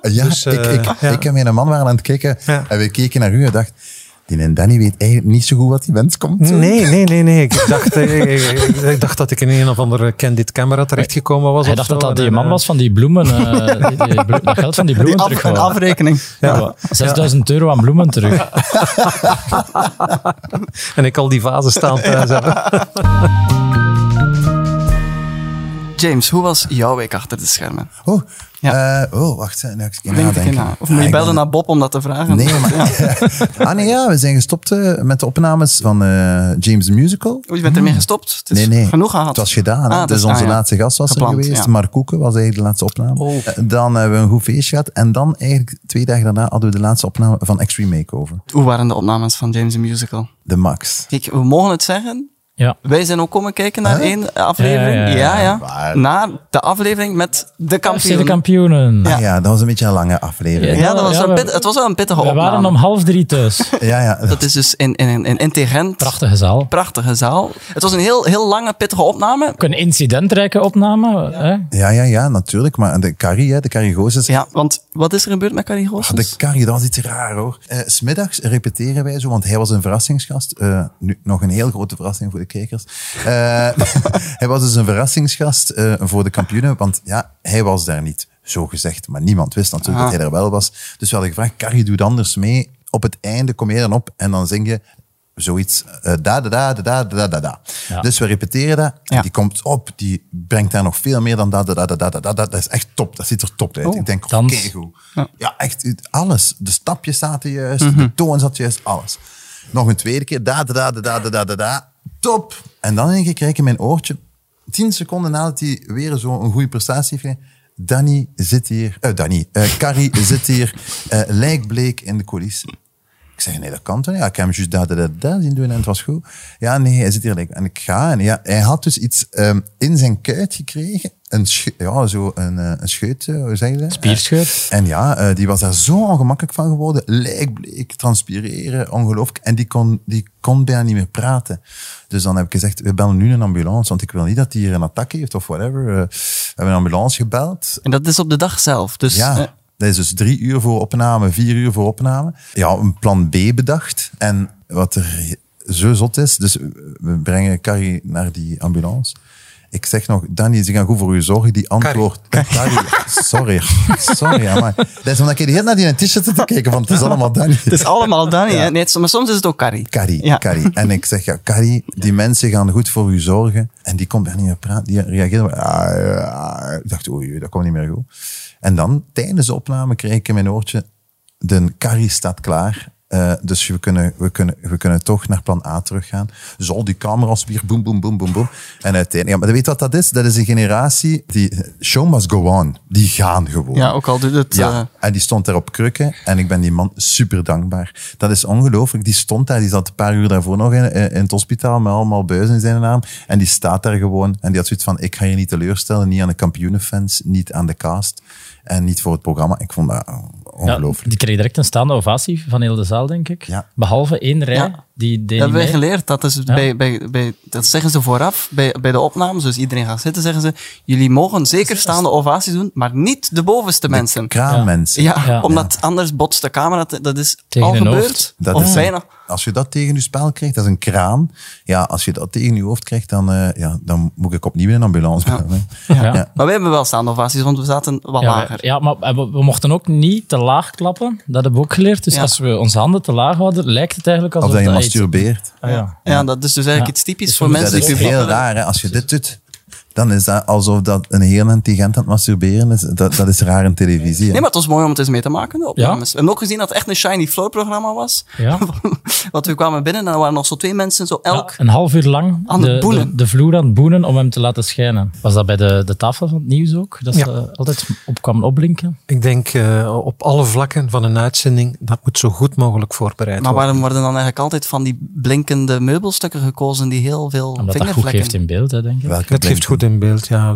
[SPEAKER 6] Ah, Ja,
[SPEAKER 5] Dus, eh,
[SPEAKER 6] ik, ik,
[SPEAKER 5] ja.
[SPEAKER 6] ik en mijn man waren aan het kijken
[SPEAKER 5] Ja.
[SPEAKER 6] en we keken naar u en dachten, die en Danny weet eigenlijk niet zo goed wat die mens komt. doen.
[SPEAKER 5] nee, nee, nee, nee. Ik dacht, eh, ik, ik- ik dacht dat ik in een of andere Candid camera terechtgekomen was.
[SPEAKER 3] Hij
[SPEAKER 5] of
[SPEAKER 3] dacht
[SPEAKER 5] zo.
[SPEAKER 3] dat dat
[SPEAKER 5] En,
[SPEAKER 3] die
[SPEAKER 5] eh,
[SPEAKER 3] man was van die bloemen. eh, die- die bloe- dat geld van die bloemen
[SPEAKER 2] Die af- een
[SPEAKER 3] terughouden.
[SPEAKER 2] afrekening.
[SPEAKER 3] Ja. 6000 euro aan bloemen terug. (laughs)
[SPEAKER 5] En ik al die vazen staan thuis hebben.
[SPEAKER 2] James, hoe was jouw week achter de schermen?
[SPEAKER 6] Oh,
[SPEAKER 2] Ja.
[SPEAKER 6] eh, oh wacht. hè. Nou, ik
[SPEAKER 2] Denk ik
[SPEAKER 6] nadenken.
[SPEAKER 2] na. Of moet
[SPEAKER 6] Ah,
[SPEAKER 2] je
[SPEAKER 6] ik
[SPEAKER 2] bellen
[SPEAKER 6] ben-
[SPEAKER 2] naar Bob om dat te vragen?
[SPEAKER 6] Nee, maar... (laughs) ah nee, ja, we zijn gestopt eh, met de opnames van eh, James' musical.
[SPEAKER 2] Oh, je bent ermee gestopt? Het is
[SPEAKER 6] Nee, nee.
[SPEAKER 2] genoeg gehad.
[SPEAKER 6] Het was gedaan.
[SPEAKER 2] Ah,
[SPEAKER 6] hè.
[SPEAKER 2] het
[SPEAKER 6] dus
[SPEAKER 2] is-
[SPEAKER 6] onze
[SPEAKER 2] ah, ja.
[SPEAKER 6] laatste gast was
[SPEAKER 2] Gepland,
[SPEAKER 6] er geweest.
[SPEAKER 2] ja. Oh.
[SPEAKER 6] Mark Koeken was eigenlijk de laatste opname. Eh, Dan hebben we een goed feestje gehad. En dan eigenlijk twee dagen daarna hadden we de laatste opname van Extreme Makeover.
[SPEAKER 2] Hoe waren de opnames van James the Musical?
[SPEAKER 6] De Max.
[SPEAKER 2] Kijk, we mogen het zeggen.
[SPEAKER 3] Ja.
[SPEAKER 2] Wij zijn ook komen kijken naar één aflevering.
[SPEAKER 3] Ja,
[SPEAKER 2] Ja,
[SPEAKER 3] ja,
[SPEAKER 2] ja.
[SPEAKER 3] ja.
[SPEAKER 6] Waar?
[SPEAKER 2] Naar de aflevering met de
[SPEAKER 3] FC
[SPEAKER 2] kampioen.
[SPEAKER 3] de kampioenen.
[SPEAKER 6] Ja. Ah ja, dat was een beetje een lange aflevering.
[SPEAKER 2] ja, dat was
[SPEAKER 3] Ja,
[SPEAKER 2] wel
[SPEAKER 3] we-
[SPEAKER 2] pit- het was wel een pittige
[SPEAKER 3] We
[SPEAKER 2] opname.
[SPEAKER 3] waren om half drie thuis.
[SPEAKER 6] Ja, ja.
[SPEAKER 2] Dat is dus in, in, in, in Integent.
[SPEAKER 3] Prachtige zaal.
[SPEAKER 2] Prachtige zaal. Het was een heel, heel lange, pittige opname.
[SPEAKER 3] Ook een incidentrijke opname. Hè?
[SPEAKER 6] Ja, ja, ja, natuurlijk. Maar de Carrie, hè, de Carrie Goossens.
[SPEAKER 2] Ja, want wat is er gebeurd met Carrie
[SPEAKER 6] Ah, de
[SPEAKER 2] Goossens?
[SPEAKER 6] Carrie, dat was iets raar hoor. Eh, S Smiddags repeteren wij zo, want hij was een verrassingsgast. Eh, nu nog een heel grote verrassing voor de kijkers. Eh, (laughs) hij was dus een verrassingsgast eh, voor de kampioenen, want ja, hij was daar niet, zo gezegd. Maar niemand wist natuurlijk dat hij er wel was. Dus we hadden gevraagd, Carrie, doe het anders mee. Op het einde kom je dan op en dan zing je zoiets. eh, da, da, da, da, da, da, da, da.
[SPEAKER 3] Ja.
[SPEAKER 6] Dus we repeteren dat. En
[SPEAKER 2] Ja.
[SPEAKER 6] die komt op, die brengt daar nog veel meer dan da, da, da, da, da, da, da. Dat is echt top. Dat ziet er top uit. Ik denk, oké,
[SPEAKER 3] dans.
[SPEAKER 6] goed. Ja. echt alles. De stapjes zaten juist, de toon zat juist, alles. Nog een tweede keer, da, da, da, da, da, da, da, da. Top! En dan in één keer krijg ik in mijn oortje, tien seconden nadat hij weer zo'n goede prestatie heeft gegeven, Danny zit hier, eh Danny, eh Carrie (laughs) zit hier, eh lijkbleek in de coulissen. Ik zeg, nee, dat kan toch niet? Ja, ik heb hem juist dat, dat, dat, dat zien doen en het was goed. Ja, nee, hij zit hier. like- En ik ga. En ja, hij had dus iets ehm, in zijn kuit gekregen. Een, sche- ja, zo een, eh, een scheut, eh, hoe zeg je dat?
[SPEAKER 3] Spierscheut.
[SPEAKER 6] En ja, eh, die was daar zo ongemakkelijk van geworden. Lijkbleek, transpireren, ongelooflijk. En die kon, die kon bijna niet meer praten. Dus dan heb ik gezegd, we bellen nu een ambulance, want ik wil niet dat hij hier een attack heeft of whatever. Eh, we hebben een ambulance gebeld.
[SPEAKER 2] En dat is op de dag zelf. Dus
[SPEAKER 6] Ja,
[SPEAKER 2] eh,
[SPEAKER 6] dat is dus drie uur voor opname, vier uur voor opname. Ja, een plan B bedacht. En wat er zo zot is, dus we brengen Carrie naar die ambulance. Ik zeg nog, Danny, ze gaan goed voor u zorgen. Die antwoord... Carrie, sorry. (laughs) Sorry, amai. Dat is omdat ik de hele tijd naar die t-shirt zit te kijken, want het is allemaal Danny.
[SPEAKER 2] het is allemaal Danny. hè? Nee, het is- maar soms is het ook Carrie.
[SPEAKER 6] Carrie,
[SPEAKER 2] Ja.
[SPEAKER 6] Carrie. En ik zeg, ja, Carrie, die mensen gaan goed voor u zorgen. En die komt daar niet meer praten. Die reageert. maar, ah, ah. Ik dacht, oei, oei, dat komt niet meer goed. En dan, tijdens de opname, kreeg ik in mijn oortje, de Carrie staat klaar. Eh, dus we kunnen, we, kunnen, we kunnen toch naar plan A teruggaan. Dus al die camera's weer, boem, boem, boem, boem, boem. En uiteindelijk, ja, maar weet je wat dat is? Dat is een generatie die, show must go on. Die gaan gewoon.
[SPEAKER 2] Ja, ook al doet het... eh,
[SPEAKER 6] Ja, en die stond daar op krukken. En ik ben die man super dankbaar. Dat is ongelooflijk. Die stond daar, die zat een paar uur daarvoor nog in, eh, in het hospitaal met allemaal buizen in zijn naam. En die staat daar gewoon. En die had zoiets van, ik ga je niet teleurstellen. Niet aan de kampioenenfans, niet aan de cast. En niet voor het programma. Ik vond dat eh,
[SPEAKER 3] Ja,
[SPEAKER 6] ongelooflijk.
[SPEAKER 3] die kreeg direct een staande ovatie van heel de zaal, denk ik.
[SPEAKER 6] Ja.
[SPEAKER 3] Behalve één rij.
[SPEAKER 2] Ja.
[SPEAKER 3] Die deed
[SPEAKER 2] Dat hebben wij
[SPEAKER 3] niet mee.
[SPEAKER 2] geleerd. Dat, is bij, bij, bij, dat zeggen ze vooraf bij, bij de opnames. Dus iedereen gaat zitten, zeggen ze. Jullie mogen zeker staande ovaties doen, maar niet de bovenste mensen.
[SPEAKER 6] Kraammensen.
[SPEAKER 2] Ja,
[SPEAKER 3] Ja.
[SPEAKER 2] omdat anders botst de camera. te- Dat is
[SPEAKER 3] Tegen
[SPEAKER 2] al
[SPEAKER 3] hun hoofd.
[SPEAKER 2] gebeurd.
[SPEAKER 6] Dat
[SPEAKER 2] of
[SPEAKER 6] is een-
[SPEAKER 2] bijna.
[SPEAKER 6] als je dat tegen je spel krijgt, dat is een kraan. Ja, als je dat tegen je hoofd krijgt, dan, eh, ja, dan moet ik opnieuw een ambulance bellen.
[SPEAKER 3] Ja.
[SPEAKER 6] Ja.
[SPEAKER 2] Maar wij hebben wel staande ovaties, want we zaten wat
[SPEAKER 3] Ja,
[SPEAKER 2] lager.
[SPEAKER 3] ja, maar we, we mochten ook niet te laag klappen. Dat hebben we ook geleerd. Dus
[SPEAKER 2] Ja.
[SPEAKER 3] als we onze handen te laag houden, lijkt het eigenlijk
[SPEAKER 6] Of
[SPEAKER 3] alsof
[SPEAKER 6] dat je
[SPEAKER 3] dat iets-
[SPEAKER 6] masturbeert.
[SPEAKER 3] Ah, ja.
[SPEAKER 2] Ja, dat is dus eigenlijk
[SPEAKER 3] Ja.
[SPEAKER 2] iets typisch
[SPEAKER 3] Dus we
[SPEAKER 2] voor
[SPEAKER 3] moeten
[SPEAKER 2] mensen
[SPEAKER 6] dat
[SPEAKER 2] die
[SPEAKER 6] is heel
[SPEAKER 2] publiek willen.
[SPEAKER 6] raar. Hè? Als je dit doet, dan is dat alsof dat een heel intelligent aan het masturberen is. Dat, dat is raar in televisie. hè.
[SPEAKER 2] Nee, maar het was mooi om het eens mee te maken, de opnames. We hebben ook gezien dat het echt een shiny floor programma was.
[SPEAKER 3] Ja.
[SPEAKER 2] (laughs) Want we kwamen binnen en er waren nog zo twee mensen, zo elk.
[SPEAKER 3] Ja, Ah, een half uur lang
[SPEAKER 2] Aan
[SPEAKER 3] de,
[SPEAKER 2] het boenen.
[SPEAKER 3] de, de vloer aan het boenen om hem te laten schijnen. Was dat bij de, de tafel van het nieuws ook? Dat ze
[SPEAKER 5] Ja.
[SPEAKER 3] altijd op kwamen opblinken?
[SPEAKER 5] Ik denk eh, op alle vlakken van een uitzending, dat moet zo goed mogelijk voorbereid
[SPEAKER 2] Maar
[SPEAKER 5] worden.
[SPEAKER 2] waarom worden dan eigenlijk altijd van die blinkende meubelstukken gekozen die heel veel
[SPEAKER 3] Omdat dat goed
[SPEAKER 2] vingervlekken...
[SPEAKER 3] geeft in beeld, hè, denk ik.
[SPEAKER 6] Welke
[SPEAKER 5] Het geeft
[SPEAKER 6] blinken.
[SPEAKER 5] goed in beeld, ja.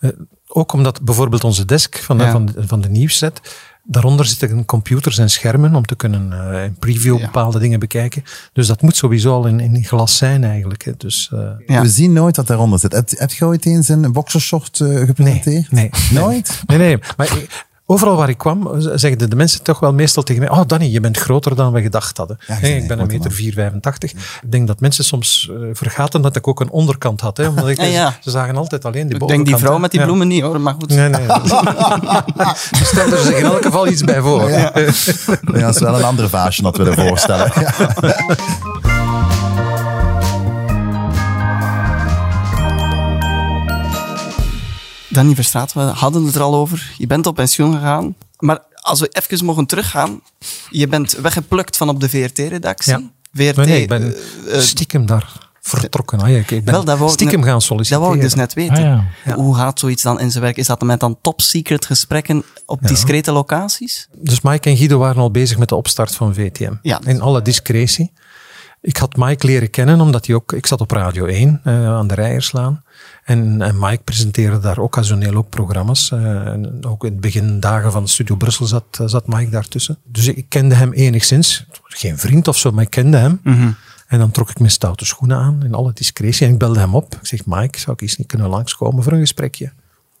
[SPEAKER 5] Eh, Ook omdat bijvoorbeeld onze desk van de,
[SPEAKER 2] Ja.
[SPEAKER 5] van de, van de nieuwsset, daaronder zitten computers en schermen om te kunnen eh, in preview bepaalde dingen bekijken. Dus dat moet sowieso al in, in glas zijn eigenlijk. hè. Dus, eh,
[SPEAKER 2] Ja.
[SPEAKER 6] We zien nooit wat daaronder zit. Heb, heb je ooit eens een boxershort eh, gepresenteerd?
[SPEAKER 5] nee.
[SPEAKER 6] Nooit?
[SPEAKER 5] (laughs) Nee, nee. Maar ik- overal waar ik kwam, eh, zeggen de, de mensen toch wel meestal tegen mij: Oh, Danny, je bent groter dan we gedacht hadden.
[SPEAKER 6] Ja, je
[SPEAKER 5] Hè,
[SPEAKER 6] bent
[SPEAKER 5] ik ben
[SPEAKER 6] een
[SPEAKER 5] een
[SPEAKER 6] grote
[SPEAKER 5] meter 4,85. Ik denk dat mensen soms eh, vergaten dat ik ook een onderkant had. Hè, omdat ik,
[SPEAKER 2] (laughs) Ja, ja.
[SPEAKER 5] Ze zagen altijd alleen die
[SPEAKER 2] Ik denk
[SPEAKER 5] bovenkant.
[SPEAKER 2] die vrouw met die
[SPEAKER 5] hè. Ja.
[SPEAKER 2] bloemen niet hoor, maar goed. (laughs)
[SPEAKER 5] Nee, nee. Ze
[SPEAKER 2] Dus
[SPEAKER 5] stelt er zich in elk geval iets bij voor.
[SPEAKER 6] Ja, dat is wel een andere vaasje dat we ervoor voorstellen.
[SPEAKER 5] (laughs)
[SPEAKER 6] Ja.
[SPEAKER 2] Danny Verstraat, we hadden het er al over. Je bent op pensioen gegaan. Maar als we even mogen teruggaan. Je bent weggeplukt van op de VRT-redactie.
[SPEAKER 5] Ja.
[SPEAKER 2] VRT,
[SPEAKER 5] Maar nee, ik ben
[SPEAKER 2] eh, eh,
[SPEAKER 5] stiekem daar vertrokken. Ah, ja, ik ik ben
[SPEAKER 2] Wel, dat wou ik
[SPEAKER 5] stiekem
[SPEAKER 2] net-
[SPEAKER 5] gaan
[SPEAKER 2] dat
[SPEAKER 5] solliciteren.
[SPEAKER 2] wou ik dus net weten.
[SPEAKER 3] Ah, ja.
[SPEAKER 2] Hoe gaat zoiets dan in zijn werk? Is dat met dan top secret gesprekken op discrete locaties?
[SPEAKER 5] Dus Mike en Guido waren al bezig met de opstart van VTM.
[SPEAKER 2] Ja.
[SPEAKER 5] In alle discretie. Ik had Mike leren kennen omdat hij ook... Ik zat op Radio 1 eh, aan de Rijerslaan. En, en Mike presenteerde daar occasioneel ook programma's. eh, en ook in de begindagen van Studio Brussel zat, eh, zat Mike daartussen. Dus ik, ik kende hem enigszins. Geen vriend of zo, maar ik kende hem. En dan trok ik mijn stoute schoenen aan in alle discretie. En ik belde hem op. Ik zeg, Mike, zou ik eens niet kunnen langskomen voor een gesprekje?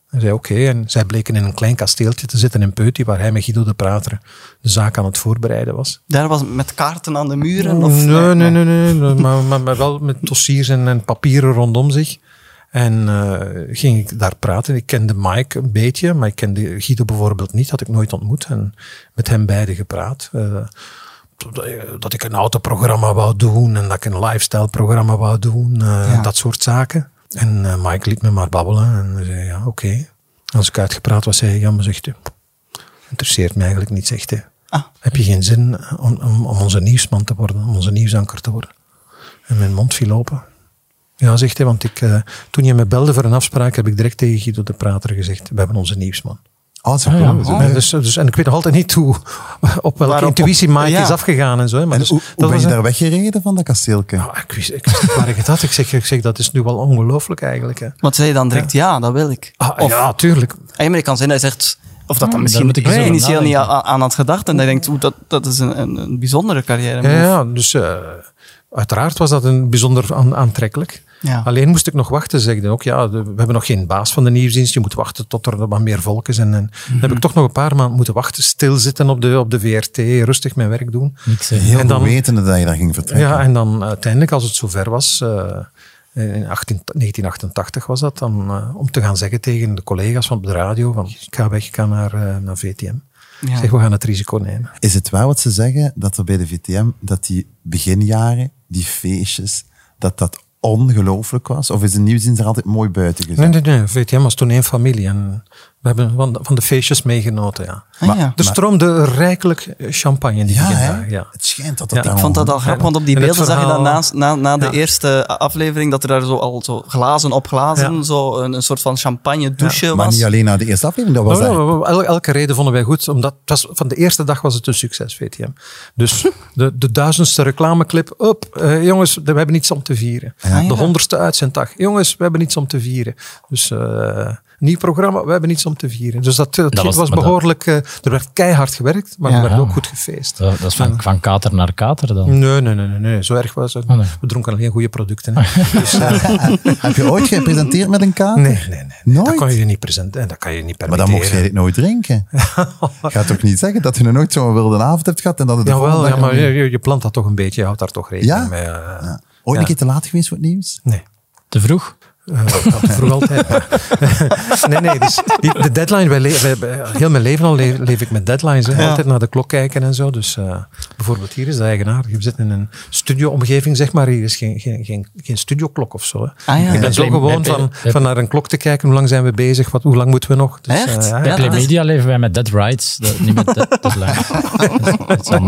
[SPEAKER 5] Hij zei oké. En zij bleken in een klein kasteeltje te zitten in Peuty, waar hij met Guido de Prater de zaak aan het voorbereiden was.
[SPEAKER 2] Daar was met kaarten aan de muren? Of,
[SPEAKER 5] Mm, nee, nee, nee, nee, nee, maar, maar, maar wel met dossiers en, en papieren rondom zich. En eh, ging ik daar praten. Ik kende Mike een beetje, maar ik kende Guido bijvoorbeeld niet. Had ik nooit ontmoet en met hem beiden gepraat. Eh, dat ik een autoprogramma wou doen en dat ik een lifestyle programma wou doen. eh, Dat soort zaken. En eh, Mike liet me maar babbelen en hij zei ja, oké. Als ik uitgepraat was, zei hij, ja, maar zegt hij, interesseert me eigenlijk niet, zegt hij.
[SPEAKER 2] Ah.
[SPEAKER 5] Heb je geen zin eh, om, om, om onze nieuwsman te worden, om onze nieuwsanker te worden? En mijn mond viel open. Ja, zegt hij, want ik, eh, toen je me belde voor een afspraak, heb ik direct tegen Guido de Prater gezegd, we hebben onze nieuwsman.
[SPEAKER 6] Oh, dat is wel cool.
[SPEAKER 5] En, dus, dus, en ik weet nog altijd niet hoe, (laughs) op welke
[SPEAKER 2] Waarop-
[SPEAKER 5] intuïtie Mike
[SPEAKER 2] ja.
[SPEAKER 5] is afgegaan en zo. hè, Maar
[SPEAKER 6] En
[SPEAKER 5] dus,
[SPEAKER 6] hoe, hoe
[SPEAKER 5] dat
[SPEAKER 6] ben
[SPEAKER 5] was
[SPEAKER 6] je
[SPEAKER 5] een-
[SPEAKER 6] daar weggereden van dat kasteelke?
[SPEAKER 5] Nou, ik, wist, ik wist niet waar ik het had. Ik zeg, ik zeg, dat is nu wel ongelooflijk eigenlijk. Hè.
[SPEAKER 2] Want zei je dan direct, ja, dat wil ik.
[SPEAKER 5] Ah,
[SPEAKER 2] of,
[SPEAKER 5] ja, tuurlijk.
[SPEAKER 2] Ja, maar het kan zijn dat hij zegt... Of dat dan
[SPEAKER 3] daar
[SPEAKER 2] misschien
[SPEAKER 3] moet ik eens over
[SPEAKER 2] initieel niet
[SPEAKER 3] nadenken.
[SPEAKER 2] aan, aan had gedacht. En dat je denkt, oeh, dat, dat is een, een, een bijzondere carrière.
[SPEAKER 5] Ja, ja, dus eh, uiteraard was dat een bijzonder aan- aantrekkelijk.
[SPEAKER 2] Ja.
[SPEAKER 5] Alleen moest ik nog wachten, zeg ik dan ook. Ja, de- we hebben nog geen baas van de nieuwsdienst. Je moet wachten tot er wat meer volk is. En, en dan heb ik toch nog een paar maanden moeten wachten. Stilzitten op de, op de VRT, rustig mijn werk doen.
[SPEAKER 3] Niks, hè.
[SPEAKER 6] Heel
[SPEAKER 5] en dan-
[SPEAKER 6] goed wetende dat je daar ging vertrekken.
[SPEAKER 5] Ja, en dan eh, uiteindelijk, als het zover was, eh, in 18, 1988 was dat, dan, eh, om te gaan zeggen tegen de collega's van op de radio, van ik ga weg, ik ga naar, eh, naar VTM.
[SPEAKER 2] Ja.
[SPEAKER 5] Zeg, we gaan het risico nemen.
[SPEAKER 6] Is het waar wat ze zeggen, dat er bij de VTM, dat die beginjaren, die feestjes, dat dat ongelooflijk was? Of is de nieuwsdienst er altijd mooi buiten gezet?
[SPEAKER 5] Nee, nee, nee, VTM was toen één familie en we hebben van de, van de feestjes meegenoten, ja.
[SPEAKER 2] Ah, ja.
[SPEAKER 5] Er stroomde rijkelijk champagne in die
[SPEAKER 6] Ja, hè?
[SPEAKER 5] begindagen, ja.
[SPEAKER 6] het schijnt dat
[SPEAKER 5] Ja,
[SPEAKER 6] dat
[SPEAKER 5] ik
[SPEAKER 6] daar
[SPEAKER 2] Ik vond dat al
[SPEAKER 6] gewoon-
[SPEAKER 2] grappig, want op die
[SPEAKER 5] En het
[SPEAKER 2] beelden zag je dan
[SPEAKER 5] verhaal-
[SPEAKER 2] naast, na, na de
[SPEAKER 5] Ja.
[SPEAKER 2] eerste aflevering dat er daar zo al zo glazen op glazen,
[SPEAKER 5] Ja.
[SPEAKER 2] zo een, een soort van champagne douche was.
[SPEAKER 6] Maar niet alleen na de eerste aflevering, dat was
[SPEAKER 5] Nou,
[SPEAKER 6] daar-
[SPEAKER 5] nou, el- elke reden vonden wij goed, omdat het was, van de eerste dag was het een succes, VTM. Dus de, de duizendste reclameclip, op, eh, jongens, we hebben iets om te vieren. De honderdste uitzenddag, jongens, we hebben iets om te vieren. Dus eh, nieuw programma, we hebben iets om te vieren. Dus dat, dat,
[SPEAKER 3] was het,
[SPEAKER 5] was
[SPEAKER 3] maar dat-
[SPEAKER 5] behoorlijk, eh, er werd keihard gewerkt, maar
[SPEAKER 2] Ja.
[SPEAKER 5] er werd
[SPEAKER 3] Ja.
[SPEAKER 5] ook goed gefeest.
[SPEAKER 3] Dat, dat is van, van kater naar kater dan.
[SPEAKER 5] Nee, nee, nee, nee, nee, zo erg was het.
[SPEAKER 3] Ah, nee. Ah.
[SPEAKER 5] We dronken alleen goede producten. hè.
[SPEAKER 6] Heb je ooit gepresenteerd met een kaart?
[SPEAKER 5] Nee, nee, nee. nee.
[SPEAKER 6] Nooit?
[SPEAKER 5] Dat kan je niet presenteren. en Dat kan je niet
[SPEAKER 6] Maar
[SPEAKER 5] permitteren.
[SPEAKER 6] dan mocht jij dit nooit
[SPEAKER 5] (laughs)
[SPEAKER 6] drinken. Ga toch niet zeggen dat je nog nooit zo'n wilde avond hebt gehad en dat het de
[SPEAKER 5] Jawel,
[SPEAKER 6] volgende
[SPEAKER 5] ja,
[SPEAKER 6] dag-
[SPEAKER 5] maar je, je- je plant dat toch een beetje. Je houdt daar toch rekening
[SPEAKER 6] Ja?
[SPEAKER 5] mee. eh.
[SPEAKER 6] Ja. Ooit een
[SPEAKER 5] Ja.
[SPEAKER 6] keer te laat geweest voor het nieuws?
[SPEAKER 5] Nee.
[SPEAKER 3] Te vroeg?
[SPEAKER 5] Eh, dat vroeg altijd. (laughs) nee, nee. Dus die, de deadline, wij le- wij hebben- eh, heel mijn leven al le- leef, ik met deadlines. Hè. Altijd naar de klok kijken en zo. Dus eh, bijvoorbeeld hier is dat eigenaardig. We zitten in een studio-omgeving, zeg maar. Hier is geen, geen, geen, geen studioklok of zo. Hè.
[SPEAKER 2] Ah, ja.
[SPEAKER 5] Ik ben zo
[SPEAKER 3] Bij-
[SPEAKER 5] gewoon
[SPEAKER 3] bij-
[SPEAKER 5] van,
[SPEAKER 3] bij-
[SPEAKER 5] van naar een klok te kijken. Hoe lang zijn we bezig? Wat, hoe lang moeten we nog? Dus, eh,
[SPEAKER 2] Echt?
[SPEAKER 5] ja,
[SPEAKER 2] Ja,
[SPEAKER 5] ja.
[SPEAKER 3] Bij
[SPEAKER 2] dat is-
[SPEAKER 3] Playmedia leven wij met dead rights. Dat, niet met dead
[SPEAKER 2] (laughs)
[SPEAKER 3] deadlines.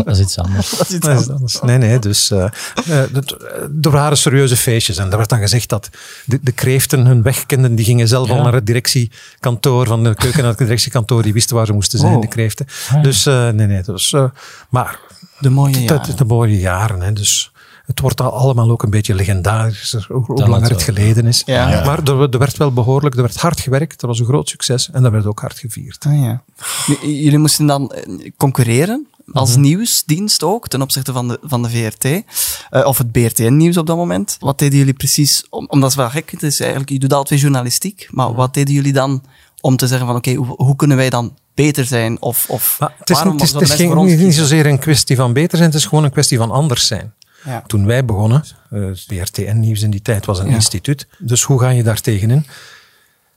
[SPEAKER 3] dat, is iets anders, dat is iets anders.
[SPEAKER 5] Nee, dat is anders. Nee, nee, dus eh, eh, dat- eh, er waren serieuze feestjes. En er werd dan gezegd dat de, de kreeften hun weg kenden. Die gingen zelf al naar het directiekantoor, van de keuken naar het directiekantoor. Die wisten waar ze moesten zijn,
[SPEAKER 2] Oh.
[SPEAKER 5] de kreeften. Dus eh, nee, nee, dus, eh, maar
[SPEAKER 2] de mooie
[SPEAKER 5] dat
[SPEAKER 2] jaren.
[SPEAKER 5] de mooie jaren, hè, dus... Het wordt al allemaal ook een beetje legendarischer, hoe, hoe
[SPEAKER 3] Dat
[SPEAKER 5] langer
[SPEAKER 3] wel.
[SPEAKER 5] het geleden is.
[SPEAKER 2] Ja. Ja.
[SPEAKER 5] Maar er, er werd wel behoorlijk, er werd hard gewerkt, er was een groot succes en er werd ook hard gevierd.
[SPEAKER 2] Ah, ja. Nu, j- jullie moesten dan eh, concurreren als
[SPEAKER 5] Mhm.
[SPEAKER 2] nieuwsdienst ook ten opzichte van de, van de VRT eh, of het BRTN-nieuws op dat moment. Wat deden jullie precies, om- omdat het wel gek het is eigenlijk, je doet al twee journalistiek,
[SPEAKER 5] Mhm.
[SPEAKER 2] maar wat deden jullie dan om te zeggen van oké, hoe, hoe kunnen wij dan beter zijn of, of
[SPEAKER 5] Maar het is,
[SPEAKER 2] waarom
[SPEAKER 5] niet, het is,
[SPEAKER 2] zouden
[SPEAKER 5] het is
[SPEAKER 2] mensen
[SPEAKER 5] geen,
[SPEAKER 2] voor ons
[SPEAKER 5] niet niet
[SPEAKER 2] kiezen?
[SPEAKER 5] zozeer een kwestie van beter zijn, het is gewoon een kwestie van anders zijn.
[SPEAKER 2] Ja.
[SPEAKER 5] Toen wij begonnen, eh, het BRTN-nieuws in die tijd was een
[SPEAKER 2] Ja.
[SPEAKER 5] instituut, dus hoe ga je daar tegenin?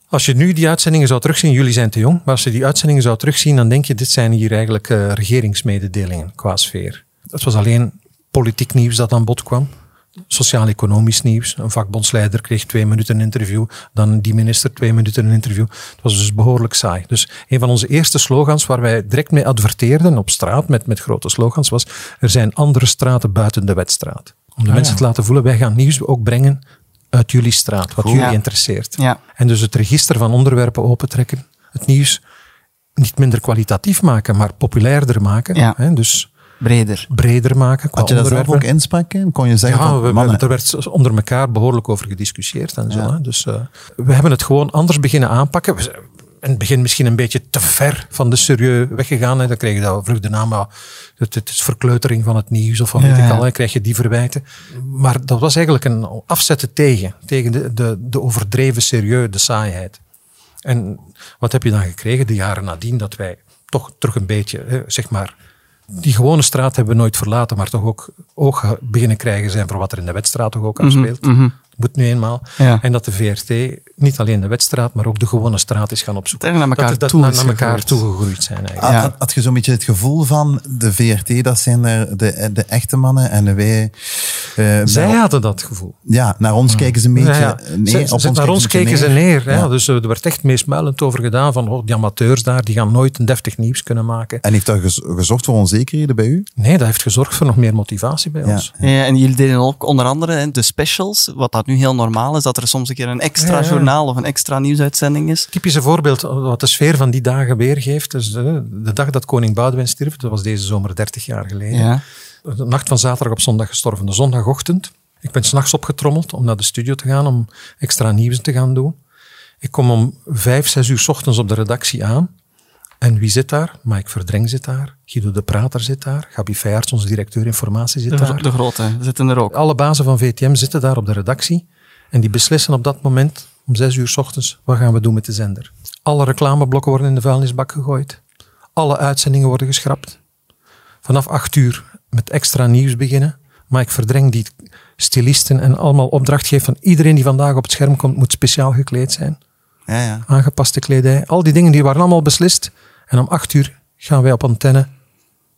[SPEAKER 5] Als je nu die uitzendingen zou terugzien, jullie zijn te jong, maar als je die uitzendingen zou terugzien, dan denk je, dit zijn hier eigenlijk eh, regeringsmededelingen qua sfeer. Het was alleen politiek nieuws dat aan bod kwam. sociaal-economisch nieuws. Een vakbondsleider kreeg twee minuten een interview, dan die minister twee minuten een interview. Het was dus behoorlijk saai. Dus een van onze eerste slogans waar wij direct mee adverteerden op straat met, met grote slogans was er zijn andere straten buiten de wedstraat. Om de mensen te laten voelen, wij gaan nieuws ook brengen uit jullie straat, wat jullie
[SPEAKER 2] Ja.
[SPEAKER 5] interesseert.
[SPEAKER 2] Ja.
[SPEAKER 5] En dus het register van onderwerpen opentrekken, het nieuws niet minder kwalitatief maken, maar populairder maken.
[SPEAKER 2] Ja.
[SPEAKER 5] Hè? Dus
[SPEAKER 2] Breder.
[SPEAKER 5] breder maken qua
[SPEAKER 6] Had je daar zelf
[SPEAKER 5] onderwerpen.
[SPEAKER 6] ook inspraak in? Kon je zeggen
[SPEAKER 5] Ja,
[SPEAKER 6] van,
[SPEAKER 5] we, we-
[SPEAKER 6] mannen,
[SPEAKER 5] er werd s- onder elkaar behoorlijk over gediscussieerd en zo. Hè? Dus eh, we hebben het gewoon anders beginnen aanpakken. We zijn in het begin misschien een beetje te ver van de serieus weggegaan. Hè? Dan kreeg je dat vlug de naam, ja, het, het is verkleutering van het nieuws of wat weet ik al. Dan krijg je die verwijten. Maar dat was eigenlijk een afzetten tegen. Tegen de, de, de overdreven serieus, de saaiheid. En wat heb je dan gekregen de jaren nadien? Dat wij toch terug een beetje, hè, zeg maar, die gewone straat hebben we nooit verlaten, maar toch ook oog beginnen krijgen zijn voor wat er in de wedstraat toch ook afspeelt. Moet nu eenmaal.
[SPEAKER 2] Ja.
[SPEAKER 5] En dat de VRT niet alleen de wedstraat, maar ook de gewone straat is gaan opzoeken.
[SPEAKER 2] Dat er naar elkaar
[SPEAKER 5] dat, dat
[SPEAKER 2] toe
[SPEAKER 5] naar,
[SPEAKER 2] is
[SPEAKER 5] naar elkaar
[SPEAKER 2] gegroeid.
[SPEAKER 5] toegegroeid zijn eigenlijk.
[SPEAKER 6] had,
[SPEAKER 2] Ja.
[SPEAKER 6] had, had je zo'n beetje het gevoel van, de VRT, dat zijn er de, de echte mannen en wij... eh,
[SPEAKER 5] Zij
[SPEAKER 6] naar-
[SPEAKER 5] hadden dat gevoel.
[SPEAKER 6] ja, naar ons kijken ze een beetje
[SPEAKER 5] Mm. Ja, ja.
[SPEAKER 6] neer.
[SPEAKER 5] Ze-
[SPEAKER 6] op
[SPEAKER 5] ze- naar ons keken ze neer. hè. Dus eh, er werd echt meesmuilend over gedaan van oh, die amateurs daar, die gaan nooit een deftig nieuws kunnen maken.
[SPEAKER 6] En heeft dat gez- gezorgd voor onzekerheden bij u?
[SPEAKER 5] Nee, dat heeft gezorgd voor nog meer motivatie bij
[SPEAKER 6] Ja.
[SPEAKER 5] ons.
[SPEAKER 2] Ja, en jullie deden ook onder andere hè, de specials, wat dat nu heel normaal is, dat er soms een keer een extra
[SPEAKER 5] Ja, ja.
[SPEAKER 2] journaal of een extra nieuwsuitzending is.
[SPEAKER 5] typische voorbeeld wat de sfeer van die dagen weergeeft. Dus de, de dag dat koning Boudewijn stierf, dat was deze zomer 30 jaar geleden.
[SPEAKER 2] Ja.
[SPEAKER 5] De nacht van zaterdag op zondag gestorven, de zondagochtend. Ik ben s'nachts opgetrommeld om naar de studio te gaan, om extra nieuws te gaan doen. Ik kom om vijf, zes uur 's ochtends op de redactie aan. En wie zit daar? Mike Verdreng zit daar. Guido de Prater zit daar. Gabi Feijerts, onze directeur informatie, zit
[SPEAKER 2] De,
[SPEAKER 5] daar.
[SPEAKER 2] de grote zitten er ook.
[SPEAKER 5] Alle bazen van VTM zitten daar op de redactie. En die beslissen op dat moment, om zes uur 's ochtends, wat gaan we doen met de zender. Alle reclameblokken worden in de vuilnisbak gegooid. Alle uitzendingen worden geschrapt. Vanaf acht uur met extra nieuws beginnen. Maar ik verdreng die stilisten en allemaal opdracht geeft van iedereen die vandaag op het scherm komt, moet speciaal gekleed zijn.
[SPEAKER 6] Ja, ja.
[SPEAKER 5] Aangepaste kledij. Al die dingen die waren allemaal beslist. En om acht uur gaan wij op antenne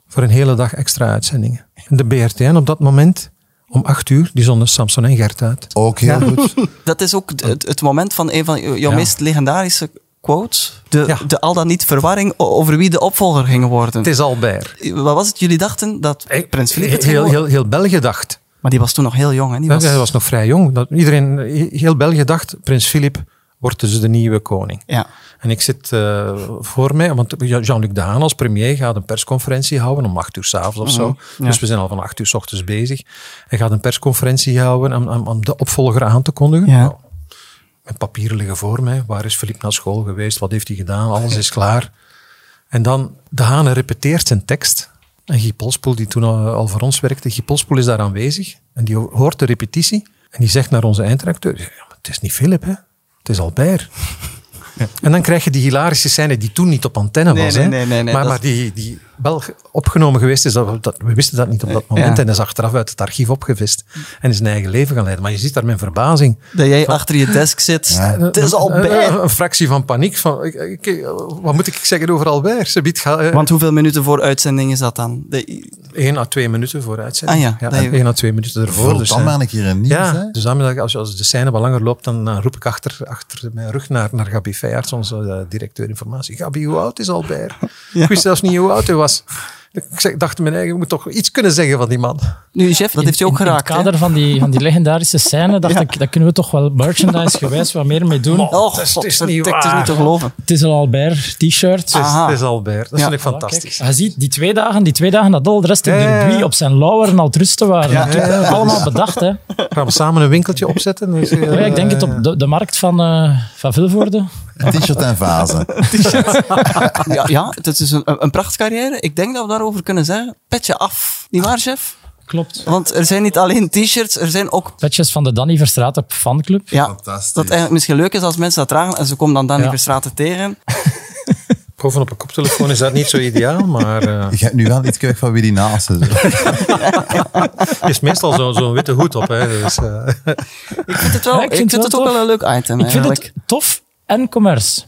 [SPEAKER 5] voor een hele dag extra uitzendingen. En de BRTN op dat moment, om acht uur, die zonden Samson en Gert uit.
[SPEAKER 6] Ook heel goed.
[SPEAKER 2] Dat is ook d- het, het moment van een van jou- jouw meest legendarische quotes. De,
[SPEAKER 5] Ja.
[SPEAKER 2] de al dan niet verwarring o- over wie de opvolger ging worden.
[SPEAKER 5] Het is Albert.
[SPEAKER 2] Wat was het? Jullie dachten dat Prins Philippe het ging
[SPEAKER 5] heel,
[SPEAKER 2] worden.
[SPEAKER 5] heel, heel België dacht.
[SPEAKER 2] Maar die was toen nog heel jong. Hè? Die was,
[SPEAKER 5] Ja, Hij was nog vrij jong. Dat iedereen, heel België dacht, prins Filip wordt dus de nieuwe koning.
[SPEAKER 2] Ja.
[SPEAKER 5] En ik zit eh, voor mij, want Jean-Luc Dehaan als premier gaat een persconferentie houden om acht uur s'avonds of zo. Dus we zijn al van acht uur s ochtends bezig. Hij gaat een persconferentie houden om, om, om de opvolger aan te kondigen.
[SPEAKER 2] Ja.
[SPEAKER 5] Nou, mijn papieren liggen voor mij. Waar is Filip naar school geweest? Wat heeft hij gedaan? Alles is klaar. En dan, De Haan repeteert zijn tekst. En Guy Polspoel, die toen al, al voor ons werkte, Guy Polspoel is daar aanwezig. En die hoort de repetitie. En die zegt naar onze eindredacteur, ja, maar het is niet Philip, hè. Het is Albert. En dan krijg je die hilarische scène die toen niet op antenne
[SPEAKER 2] Nee,
[SPEAKER 5] was.
[SPEAKER 2] nee,
[SPEAKER 5] hè.
[SPEAKER 2] nee, nee, nee,
[SPEAKER 5] maar
[SPEAKER 2] dat-
[SPEAKER 5] maar die, die wel ge- opgenomen geweest is, dat, we- dat, we wisten dat niet op dat moment.
[SPEAKER 2] Ja.
[SPEAKER 5] En is achteraf uit het archief opgevist. En is een eigen leven gaan leiden. Maar je ziet daar mijn verbazing.
[SPEAKER 2] Dat jij achter je desk zit. Het is al
[SPEAKER 5] Een-
[SPEAKER 2] bij.
[SPEAKER 5] Een, een fractie van paniek. Van, ik- ik- wat moet ik zeggen over Albert? Ze biedt ga, eh,
[SPEAKER 2] Want hoeveel minuten voor uitzending is dat dan? De,
[SPEAKER 5] één à twee minuten vooruit zijn.
[SPEAKER 2] Ah ja, dat je-
[SPEAKER 5] één à twee minuten ervoor.
[SPEAKER 6] Vul
[SPEAKER 5] Dus,
[SPEAKER 6] dan
[SPEAKER 5] eh,
[SPEAKER 6] maar een keer een nieuws.
[SPEAKER 5] ja,
[SPEAKER 6] hè.
[SPEAKER 5] dus dan, als, je- als de scène wat langer loopt, dan, eh, roep ik achter, achter mijn rug naar, naar Gabi Feijerts, onze eh, directeur informatie. Gabi, hoe oud is
[SPEAKER 2] (laughs)
[SPEAKER 5] Albert? Ik wist zelfs niet hoe oud hij was. Ik zeg- dacht in mijn eigen, ik moet toch iets kunnen zeggen van die man.
[SPEAKER 2] nu, chef, dat heeft je ook
[SPEAKER 3] In-
[SPEAKER 2] geraakt.
[SPEAKER 3] In het kader van die, van die legendarische scène dacht ik, daar kunnen we toch wel merchandise-gewijs wat meer mee doen.
[SPEAKER 2] hè? Och,
[SPEAKER 5] Dat is-
[SPEAKER 2] Oh, god,
[SPEAKER 5] het is
[SPEAKER 2] dat
[SPEAKER 5] niet
[SPEAKER 2] is
[SPEAKER 5] waar.
[SPEAKER 2] niet te geloven.
[SPEAKER 3] Het is een Albert t-shirt.
[SPEAKER 5] Het is,
[SPEAKER 2] Aha.
[SPEAKER 5] het is Albert. Dat
[SPEAKER 2] Ja.
[SPEAKER 5] vind ik
[SPEAKER 3] Voilà, kijk.
[SPEAKER 5] fantastisch.
[SPEAKER 3] Hij ziet die twee dagen, die twee dagen dat al de rest in
[SPEAKER 5] Ja, ja,
[SPEAKER 3] de
[SPEAKER 5] ja.
[SPEAKER 3] rugby op zijn lauweren al te rusten waren.
[SPEAKER 5] ja, ja, dat is-
[SPEAKER 3] Allemaal bedacht, hè.
[SPEAKER 5] Gaan we samen een winkeltje opzetten?
[SPEAKER 3] (laughs)
[SPEAKER 5] Dus, eh,
[SPEAKER 3] Ja, ik denk het op de, de markt van, eh van Vilvoorde.
[SPEAKER 6] T-shirt en vazen.
[SPEAKER 2] Ja, ja het is een, een prachtcarrière. Ik denk dat we daarover kunnen zeggen. Petje af. Niet waar, chef?
[SPEAKER 3] Klopt.
[SPEAKER 2] Want er zijn niet alleen t-shirts, er zijn ook...
[SPEAKER 3] Petjes van de Danny Verstraat op fanclub.
[SPEAKER 2] Ja,
[SPEAKER 6] Fantastisch.
[SPEAKER 2] Dat eigenlijk misschien leuk is als mensen dat dragen en ze komen dan Danny
[SPEAKER 3] Ja.
[SPEAKER 2] Verstraten tegen.
[SPEAKER 5] Bovenop een koptelefoon is dat niet zo ideaal, maar eh,
[SPEAKER 6] Je hebt nu wel iets weg van wie die naast is.
[SPEAKER 5] je is meestal zo- zo'n witte hoed op. Hè, dus, eh.
[SPEAKER 2] Ik vind het, wel,
[SPEAKER 3] Ja,
[SPEAKER 2] ik vind het ook
[SPEAKER 3] tof.
[SPEAKER 2] wel een leuk item
[SPEAKER 3] Ik vind
[SPEAKER 2] eigenlijk.
[SPEAKER 3] het tof en commerce.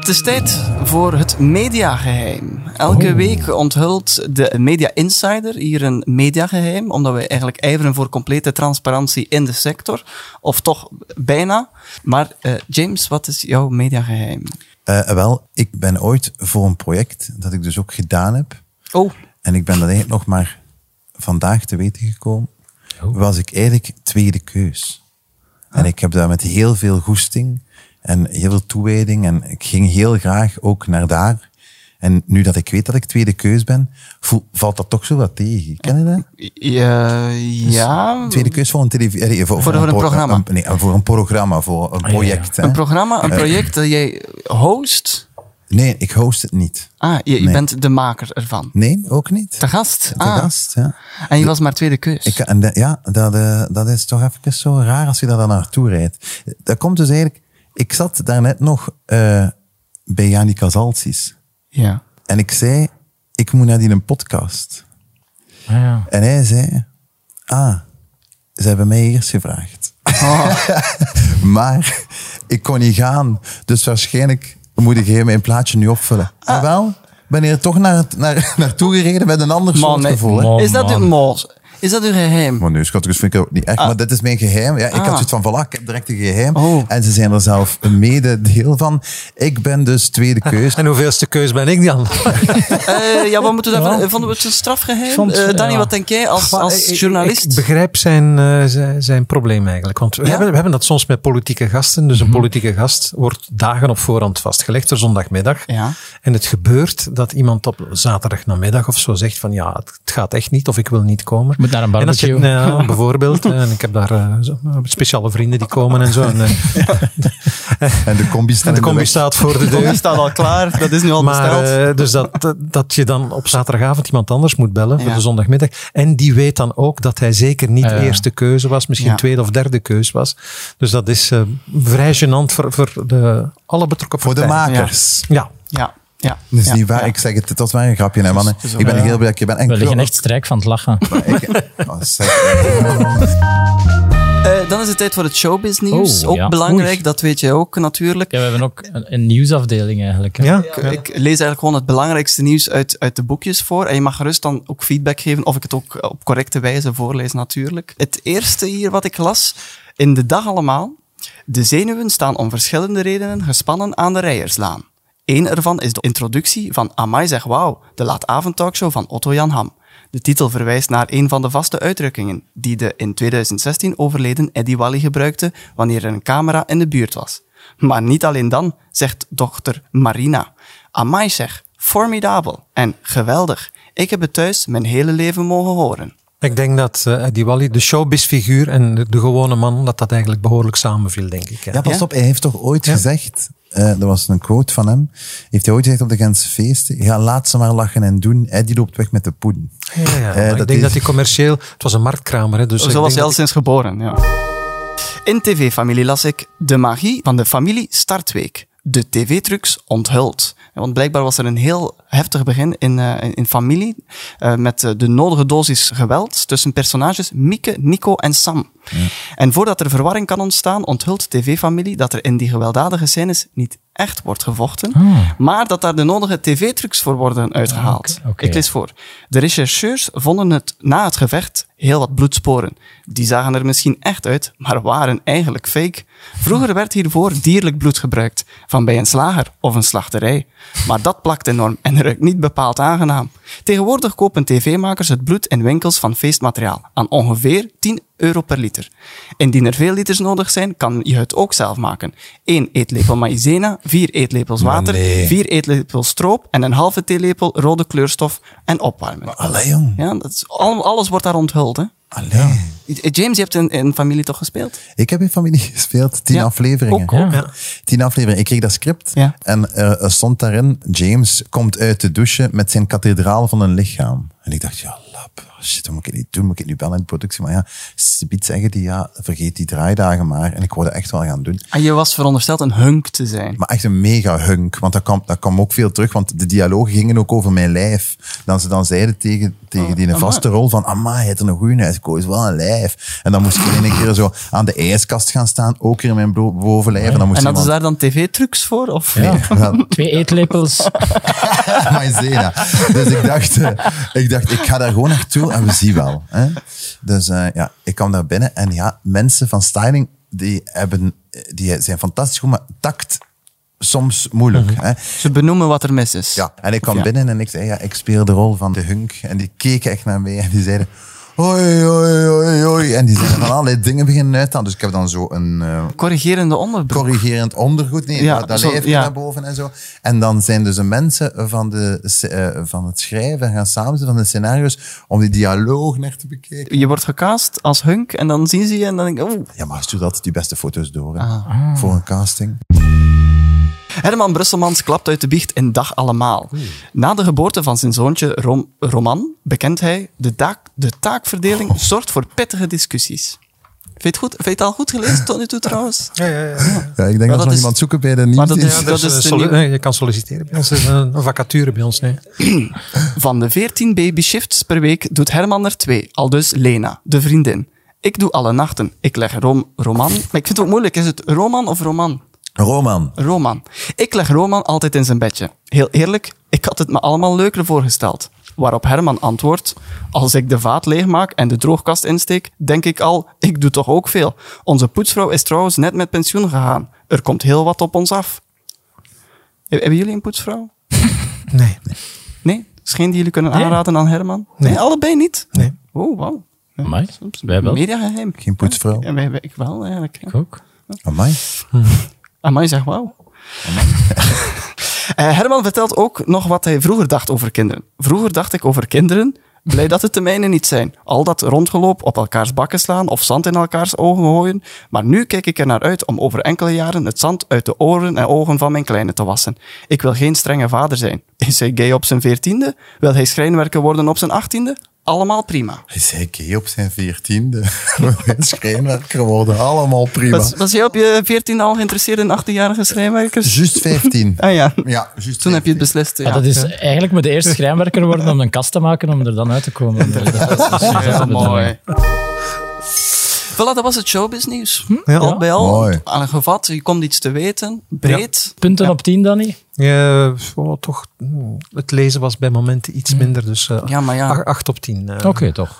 [SPEAKER 2] Het is tijd voor het mediageheim. Elke week onthult de Media Insider hier een mediageheim, omdat wij eigenlijk ijveren voor complete transparantie in de sector. Of toch bijna. Maar eh, James, wat is jouw mediageheim?
[SPEAKER 6] Eh, wel, ik ben ooit voor een project dat ik dus ook gedaan heb.
[SPEAKER 2] Oh,
[SPEAKER 6] En ik ben dat eigenlijk nog maar vandaag te weten gekomen. Was ik eigenlijk tweede keus. En ik heb daar met heel veel goesting en heel veel toewijding. En ik ging heel graag ook naar daar. En nu dat ik weet dat ik tweede keus ben, voel- valt dat toch zo wat tegen. Ken je dat?
[SPEAKER 2] ja, ja.
[SPEAKER 6] Tweede keus voor een televisie. Voor, voor,
[SPEAKER 2] Oh. een
[SPEAKER 6] pro-
[SPEAKER 2] programma. Ah,
[SPEAKER 6] een- nee, voor een programma, voor een project. hè.
[SPEAKER 2] Een programma, een project dat jij host.
[SPEAKER 6] nee, ik host het niet.
[SPEAKER 2] Ah, je, je
[SPEAKER 6] Nee.
[SPEAKER 2] bent de maker ervan.
[SPEAKER 6] Nee, ook niet.
[SPEAKER 2] Te gast.
[SPEAKER 6] De
[SPEAKER 2] ah.
[SPEAKER 6] gast, ja.
[SPEAKER 2] En je was maar tweede keus.
[SPEAKER 6] Ik, en dat- ja, dat, eh, dat is toch even zo raar als je daar dan naartoe rijdt. Dat komt dus eigenlijk... Ik zat daarnet nog eh, bij Jani Casalsis.
[SPEAKER 2] ja.
[SPEAKER 6] En ik zei, ik moet naar die een podcast.
[SPEAKER 3] Ah, ja.
[SPEAKER 6] En hij zei, ah, ze hebben mij eerst gevraagd. (laughs) maar ik kon niet gaan. Dus waarschijnlijk moet ik hier mijn plaatje nu opvullen. Maar wel, ben hier toch naar, naar, naartoe gereden met een ander
[SPEAKER 2] Man,
[SPEAKER 6] soort
[SPEAKER 2] nee.
[SPEAKER 6] gevoel. hè.
[SPEAKER 3] Man. Oh,
[SPEAKER 2] is dat uw mol? Is dat uw geheim?
[SPEAKER 6] Maar nee, schatjes, vind ik dat ook niet echt. Maar dit is mijn geheim. Ja, ik had zoiets van, voilà, ik heb direct een geheim.
[SPEAKER 2] Oh.
[SPEAKER 6] En ze zijn er zelf een mede deel van. Ik ben dus tweede keus.
[SPEAKER 5] En hoeveelste keus ben ik dan?
[SPEAKER 2] Eh, ja, wat moeten we daarvan? Vonden we het een strafgeheim?
[SPEAKER 3] Vond-
[SPEAKER 2] Eh, Danny,
[SPEAKER 3] ja.
[SPEAKER 2] wat denk jij als,
[SPEAKER 5] Maar eh,
[SPEAKER 2] als
[SPEAKER 5] ik- ik- Ik
[SPEAKER 2] journalist?
[SPEAKER 5] begrijp zijn, eh, zijn, zijn probleem eigenlijk. Want we, hebben, we hebben dat soms met politieke gasten. Dus een politieke gast wordt dagen op voorhand vastgelegd, er zondagmiddag.
[SPEAKER 2] Ja.
[SPEAKER 5] En het gebeurt dat iemand op zaterdagnamiddag of zo zegt van ja, het het gaat echt niet of ik wil niet komen.
[SPEAKER 3] Moet naar een
[SPEAKER 5] En als je-
[SPEAKER 3] barbecue.
[SPEAKER 5] nou, (laughs) bijvoorbeeld. eh, en ik heb daar eh, zo- speciale vrienden die komen en zo. En, (laughs) eh,
[SPEAKER 6] En de combi staat
[SPEAKER 5] en de
[SPEAKER 6] in
[SPEAKER 5] combi
[SPEAKER 6] weg.
[SPEAKER 5] staat voor de (laughs) deur.
[SPEAKER 2] (laughs) staat al klaar, dat is nu al
[SPEAKER 5] Maar eh, dus dat, dat- dat je dan op zaterdagavond iemand anders moet bellen voor
[SPEAKER 2] Ja.
[SPEAKER 5] de zondagmiddag. En die weet dan ook dat hij zeker niet
[SPEAKER 3] Ja.
[SPEAKER 5] eerste keuze was, misschien
[SPEAKER 2] Ja.
[SPEAKER 5] tweede of derde keuze was. Dus dat is eh, vrij gênant voor, voor de, alle betrokken
[SPEAKER 6] Voor de
[SPEAKER 5] partijen.
[SPEAKER 6] makers.
[SPEAKER 5] Ja,
[SPEAKER 2] ja, ja.
[SPEAKER 6] Dat is
[SPEAKER 2] ja,
[SPEAKER 6] niet waar.
[SPEAKER 2] ja.
[SPEAKER 6] Ik zeg het, het was maar een grapje, hè, mannen. Ik ben heel blij dat je bent. En
[SPEAKER 3] We liggen
[SPEAKER 6] krullen.
[SPEAKER 3] echt strijk van het lachen.
[SPEAKER 6] Ik- oh, zeg.
[SPEAKER 2] Eh, dan is het tijd voor het showbiz nieuws.
[SPEAKER 3] Oh,
[SPEAKER 2] ook
[SPEAKER 3] ja.
[SPEAKER 2] belangrijk,
[SPEAKER 3] Oei.
[SPEAKER 2] dat weet jij ook natuurlijk.
[SPEAKER 3] Ja, we hebben ook een, een nieuwsafdeling eigenlijk. hè.
[SPEAKER 5] ja.
[SPEAKER 2] Ik, ik lees eigenlijk gewoon het belangrijkste nieuws uit, uit de boekjes voor. En je mag gerust dan ook feedback geven of ik het ook eh, op correcte wijze voorlees natuurlijk. Het eerste hier wat ik las, in de dag allemaal. De zenuwen staan om verschillende redenen gespannen aan de Rijerslaan. Eén ervan is de introductie van Amai zeg wauw, de laatavondtalkshow van Otto Jan Ham. De titel verwijst naar een van de vaste uitdrukkingen die de in 2016 overleden Eddie Wally gebruikte wanneer er een camera in de buurt was. Maar niet alleen dan, zegt dochter Marina. Amai zeg, formidabel en geweldig. Ik heb het thuis mijn hele leven mogen horen.
[SPEAKER 5] Ik denk dat eh Eddie Wally, de showbizfiguur en de, de gewone man, dat dat eigenlijk behoorlijk samenviel, denk ik. hè.
[SPEAKER 6] Ja, pas op, hij heeft toch ooit gezegd, eh er was een quote van hem, heeft hij ooit gezegd op de Gentse feesten, ja, laat ze maar lachen en doen, Eddie loopt weg met de poen.
[SPEAKER 5] Ja, ja, maar
[SPEAKER 6] Eh,
[SPEAKER 5] ik
[SPEAKER 6] dat
[SPEAKER 5] denk
[SPEAKER 6] is-
[SPEAKER 5] dat hij commercieel... Het was een marktkramer, hè, dus ik
[SPEAKER 2] Zo
[SPEAKER 5] denk
[SPEAKER 2] was
[SPEAKER 5] dat
[SPEAKER 2] hij al sinds geboren. Ja. In TV-familie las ik De magie van de familie Startweek. De tv-trucs onthuld. Want blijkbaar was er een heel heftig begin in, eh, in- in familie. eh, met eh, de nodige dosis geweld tussen personages Mieke, Nico en Sam. En voordat er verwarring kan ontstaan, onthult TV-familie dat er in die gewelddadige scènes niet echt wordt gevochten. Maar dat daar de nodige tv-trucs voor worden uitgehaald.
[SPEAKER 3] Oké, oké.
[SPEAKER 2] Ik lees voor. De rechercheurs vonden het na het gevecht heel wat bloedsporen. Die zagen er misschien echt uit, maar waren eigenlijk fake. Vroeger werd hiervoor dierlijk bloed gebruikt, van bij een slager of een slachterij. Maar dat plakt enorm en ruikt niet bepaald aangenaam. Tegenwoordig kopen tv-makers het bloed in winkels van feestmateriaal aan ongeveer 10 euro per liter. Indien er veel liters nodig zijn, kan je het ook zelf maken. 1 eetlepel maïzena, 4 eetlepels water,
[SPEAKER 6] nee.
[SPEAKER 2] 4 eetlepels stroop en een halve theelepel rode kleurstof en opwarmen.
[SPEAKER 6] Allee, jong.
[SPEAKER 2] Ja, dat is, al- alles wordt daar onthuld. Hè?
[SPEAKER 6] Allee.
[SPEAKER 2] James, je hebt in, in familie toch gespeeld?
[SPEAKER 6] Ik heb in familie (laughs) gespeeld, tien
[SPEAKER 2] Ja,
[SPEAKER 6] afleveringen.
[SPEAKER 2] ook, ook.
[SPEAKER 5] Ja.
[SPEAKER 6] Tien afleveringen. Ik kreeg dat script
[SPEAKER 2] Ja.
[SPEAKER 6] en eh, er stond daarin, James komt uit de douche met zijn kathedraal van een lichaam. En ik dacht, ja, lap. Oh, shit, wat moet ik dit doen? Moet ik dit nu bellen in de productie? Maar ja, Sibit zeggen die, ja, vergeet die draaidagen maar. En ik wou dat echt wel gaan doen.
[SPEAKER 2] En Ah, je was verondersteld een hunk te zijn.
[SPEAKER 6] Maar echt een mega hunk. Want dat kwam, dat kwam ook veel terug. Want de dialogen gingen ook over mijn lijf. Dan ze dan zeiden tegen, tegen die een vaste rol van... Amai, je hebt er een goeie uit. Ik is wel een lijf. En dan moest ik in één keer zo aan de ijskast gaan staan. Ook in mijn blo- bovenlijf. En dan moest
[SPEAKER 2] En hadden ze
[SPEAKER 6] iemand-
[SPEAKER 2] daar dan tv-trucs voor? Of?
[SPEAKER 6] Nee, wel,
[SPEAKER 3] Twee eetlepels.
[SPEAKER 6] (laughs) Maizena. Dus ik dacht, eh, ik dacht, ik ga daar gewoon naartoe en we zien wel. Hè? Dus eh, ja, ik kwam daar binnen en ja, mensen van styling, die, hebben, eh, die zijn fantastisch goed, maar tact soms moeilijk. Hè?
[SPEAKER 2] Ze benoemen wat er mis is.
[SPEAKER 6] Ja, en ik kwam
[SPEAKER 2] Ja.
[SPEAKER 6] binnen en ik zei, ja, ik speel de rol van de hunk. En die keken echt naar mij en die zeiden... Hoi, hoi, hoi, hoi. En
[SPEAKER 2] (laughs)
[SPEAKER 6] die zeiden van allerlei dingen beginnen uit te halen. Dus ik heb dan zo een... eh,
[SPEAKER 2] Corrigerende onderbroek.
[SPEAKER 6] corrigerend ondergoed. Nee,
[SPEAKER 2] Ja,
[SPEAKER 6] dat, dat
[SPEAKER 2] zo,
[SPEAKER 6] leeft
[SPEAKER 2] ja.
[SPEAKER 6] naar boven en zo. En dan zijn dus de mensen van, de, s- eh, van het schrijven gaan samenzetten van de scenario's om die dialoog naar te bekijken.
[SPEAKER 2] je wordt gecast als hunk en dan zien ze je en dan denk ik... oeh.
[SPEAKER 6] Ja, maar stuur altijd die beste foto's door hè,
[SPEAKER 2] Ah.
[SPEAKER 6] voor een casting.
[SPEAKER 2] Herman Brusselmans klapt uit de biecht in Dag Allemaal. Na de geboorte van zijn zoontje Rom- Roman bekent hij de, taak, de taakverdeling zorgt voor pittige discussies. Vind je het, goed? Vind je het al goed gelezen tot nu toe trouwens?
[SPEAKER 5] Ja, ja, ja. ja.
[SPEAKER 6] Ja, ik denk dat
[SPEAKER 2] dat
[SPEAKER 6] we nog
[SPEAKER 2] is-
[SPEAKER 6] iemand zoeken bij de
[SPEAKER 2] Maar dat-
[SPEAKER 6] nieuwsdienst.
[SPEAKER 2] ja, dat-
[SPEAKER 5] Dus,
[SPEAKER 2] is
[SPEAKER 5] eh,
[SPEAKER 2] de
[SPEAKER 5] soli-
[SPEAKER 2] nieuwe-
[SPEAKER 5] nee, je kan solliciteren bij ons. Er is een, een vacature bij ons. Nee.
[SPEAKER 2] Van de 14 babyshifts per week doet Herman er twee, al dus Lena, de vriendin. Ik doe alle nachten. Ik leg Rom, Roman... Maar ik vind het ook moeilijk. Is het Roman of Roman?
[SPEAKER 6] Roman.
[SPEAKER 2] Roman. Ik leg Roman altijd in zijn bedje. Heel eerlijk, ik had het me allemaal leuker voorgesteld. Waarop Herman antwoordt: Als ik de vaat leegmaak en de droogkast insteek, denk ik al: ik doe toch ook veel. Onze poetsvrouw is trouwens net met pensioen gegaan. Er komt heel wat op ons af. He- Hebben jullie een poetsvrouw?
[SPEAKER 5] Nee.
[SPEAKER 2] Nee? Is geen die jullie kunnen
[SPEAKER 3] Nee.
[SPEAKER 2] aanraden aan Herman? Nee, allebei niet?
[SPEAKER 5] Nee.
[SPEAKER 2] Oh, wauw.
[SPEAKER 3] Amai, wij wel.
[SPEAKER 2] Mediageheim.
[SPEAKER 6] Geen poetsvrouw.
[SPEAKER 2] Ja, wij, wij- ik wel, eigenlijk. ja.
[SPEAKER 3] Ik ook.
[SPEAKER 6] Amai.
[SPEAKER 2] Amai, zeg wauw. (laughs) Eh, Herman vertelt ook nog wat hij vroeger dacht over kinderen. Vroeger dacht ik over kinderen, blij dat het de mijne niet zijn. Al dat rondgeloop, op elkaars bakken slaan of zand in elkaars ogen gooien. Maar nu kijk ik er naar uit om over enkele jaren het zand uit de oren en ogen van mijn kleine te wassen. Ik wil geen strenge vader zijn. Is hij gay op zijn veertiende? Wil hij schrijnwerker worden op zijn achttiende? Allemaal prima.
[SPEAKER 6] Hij zei gay op zijn veertiende. (laughs) Schrijnwerker worden, allemaal prima.
[SPEAKER 2] Was, was jij op je veertiende al geïnteresseerd in 18-jarige schrijnwerkers?
[SPEAKER 6] Juist vijftien.
[SPEAKER 2] Ah ja.
[SPEAKER 6] Ja, juist
[SPEAKER 2] Toen heb je
[SPEAKER 6] 15.
[SPEAKER 2] het beslist.
[SPEAKER 3] Ja,
[SPEAKER 2] ja.
[SPEAKER 3] dat is, eigenlijk moet de eerste schrijnwerker worden om een kast te maken om er dan uit te komen. Dat is- dat is- dat is- dat is-
[SPEAKER 2] Voilà, dat was het showbiznieuws.
[SPEAKER 5] Ja.
[SPEAKER 2] Al bij al,
[SPEAKER 6] Mooi.
[SPEAKER 2] aangevat, je komt iets te weten, breed.
[SPEAKER 3] Punten op 10, Danny?
[SPEAKER 5] Ja, oh, toch, mm, het lezen was bij momenten iets minder. Dus eh
[SPEAKER 2] Ja, maar ja.
[SPEAKER 5] 8 op eh. 10.
[SPEAKER 3] Oké, toch.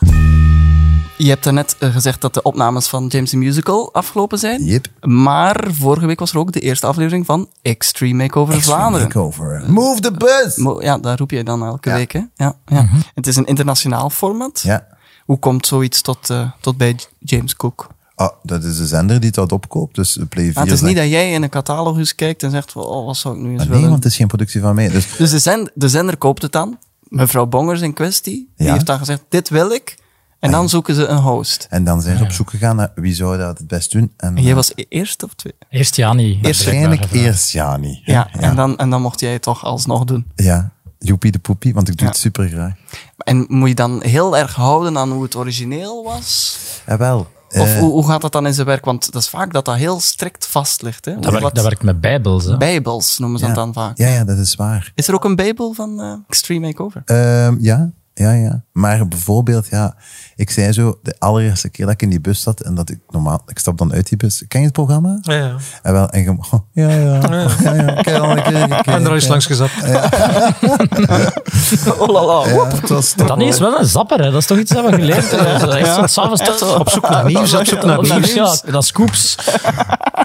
[SPEAKER 2] Je hebt daarnet net gezegd dat de opnames van James the Musical afgelopen zijn.
[SPEAKER 6] Yep.
[SPEAKER 2] Maar vorige week was er ook de eerste aflevering van Extreme Makeover Vlaanderen.
[SPEAKER 6] Takeover. Move the bus!
[SPEAKER 2] Mo- Ja, daar roep je dan elke week. Hè? Ja, ja. Het is een internationaal format.
[SPEAKER 6] Ja.
[SPEAKER 2] Hoe komt zoiets tot, eh, tot bij J- James Cook?
[SPEAKER 6] Ah, dat is de zender die dat opkoopt, dus Play 4.
[SPEAKER 2] Ah, het is
[SPEAKER 6] zegt-
[SPEAKER 2] niet dat jij in een catalogus kijkt en zegt, van, oh, wat zou ik nu eens
[SPEAKER 6] Ah,
[SPEAKER 2] willen?
[SPEAKER 6] Nee, want het is geen productie van mij. Dus
[SPEAKER 2] Dus de, zend- de zender koopt het dan. Mevrouw Bongers in kwestie, die
[SPEAKER 6] Ja.
[SPEAKER 2] heeft dan gezegd, dit wil ik. En dan zoeken ze een host.
[SPEAKER 6] En dan zijn ze op zoek gegaan naar wie zou dat het best doen. En
[SPEAKER 2] Ah, En jij was e- eerst of twee?
[SPEAKER 3] Eerst Jani.
[SPEAKER 6] waarschijnlijk
[SPEAKER 3] blijkbaar.
[SPEAKER 6] eerst Jani.
[SPEAKER 2] Ja, En, dan, en dan mocht jij het toch alsnog doen.
[SPEAKER 6] Ja, Joepie de Poepie, want ik doe het super graag.
[SPEAKER 2] En moet je dan heel erg houden aan hoe het origineel was?
[SPEAKER 6] Jawel.
[SPEAKER 2] Of
[SPEAKER 6] Eh,
[SPEAKER 2] hoe, hoe gaat dat dan in zijn werk? Want dat is vaak dat dat heel strikt vast ligt. Hè?
[SPEAKER 3] Dat werkt, eh, dat werkt met bijbels. Hè?
[SPEAKER 2] Bijbels noemen ze
[SPEAKER 6] ja.
[SPEAKER 2] dat dan vaak.
[SPEAKER 6] Ja, ja, dat is waar.
[SPEAKER 2] Is er ook een Bijbel van eh, Extreme Makeover?
[SPEAKER 6] Ehm, ja, ja, ja. Maar bijvoorbeeld, ja, ik zei zo, de allereerste keer dat ik in die bus zat en dat ik normaal, ik stap dan uit die bus. Ken je het programma?
[SPEAKER 5] Ja, ja.
[SPEAKER 6] En wel, en je, oh, (laughs) ja, ja, ja, ja. Kijk dan, kijk, kijk,
[SPEAKER 5] Ik ben er al eens
[SPEAKER 6] kijk.
[SPEAKER 5] langs gezet.
[SPEAKER 2] Oh la la.
[SPEAKER 6] Ja, het was toch
[SPEAKER 3] Danny is wel een zapper, hè. dat is toch iets dat we geleerd hebben. Dat is echt zo'n s'avonds toch zo. Op (laughs) zoek naar
[SPEAKER 5] nieuws, op zoek naar nieuws.
[SPEAKER 3] Ja, dat is scoops.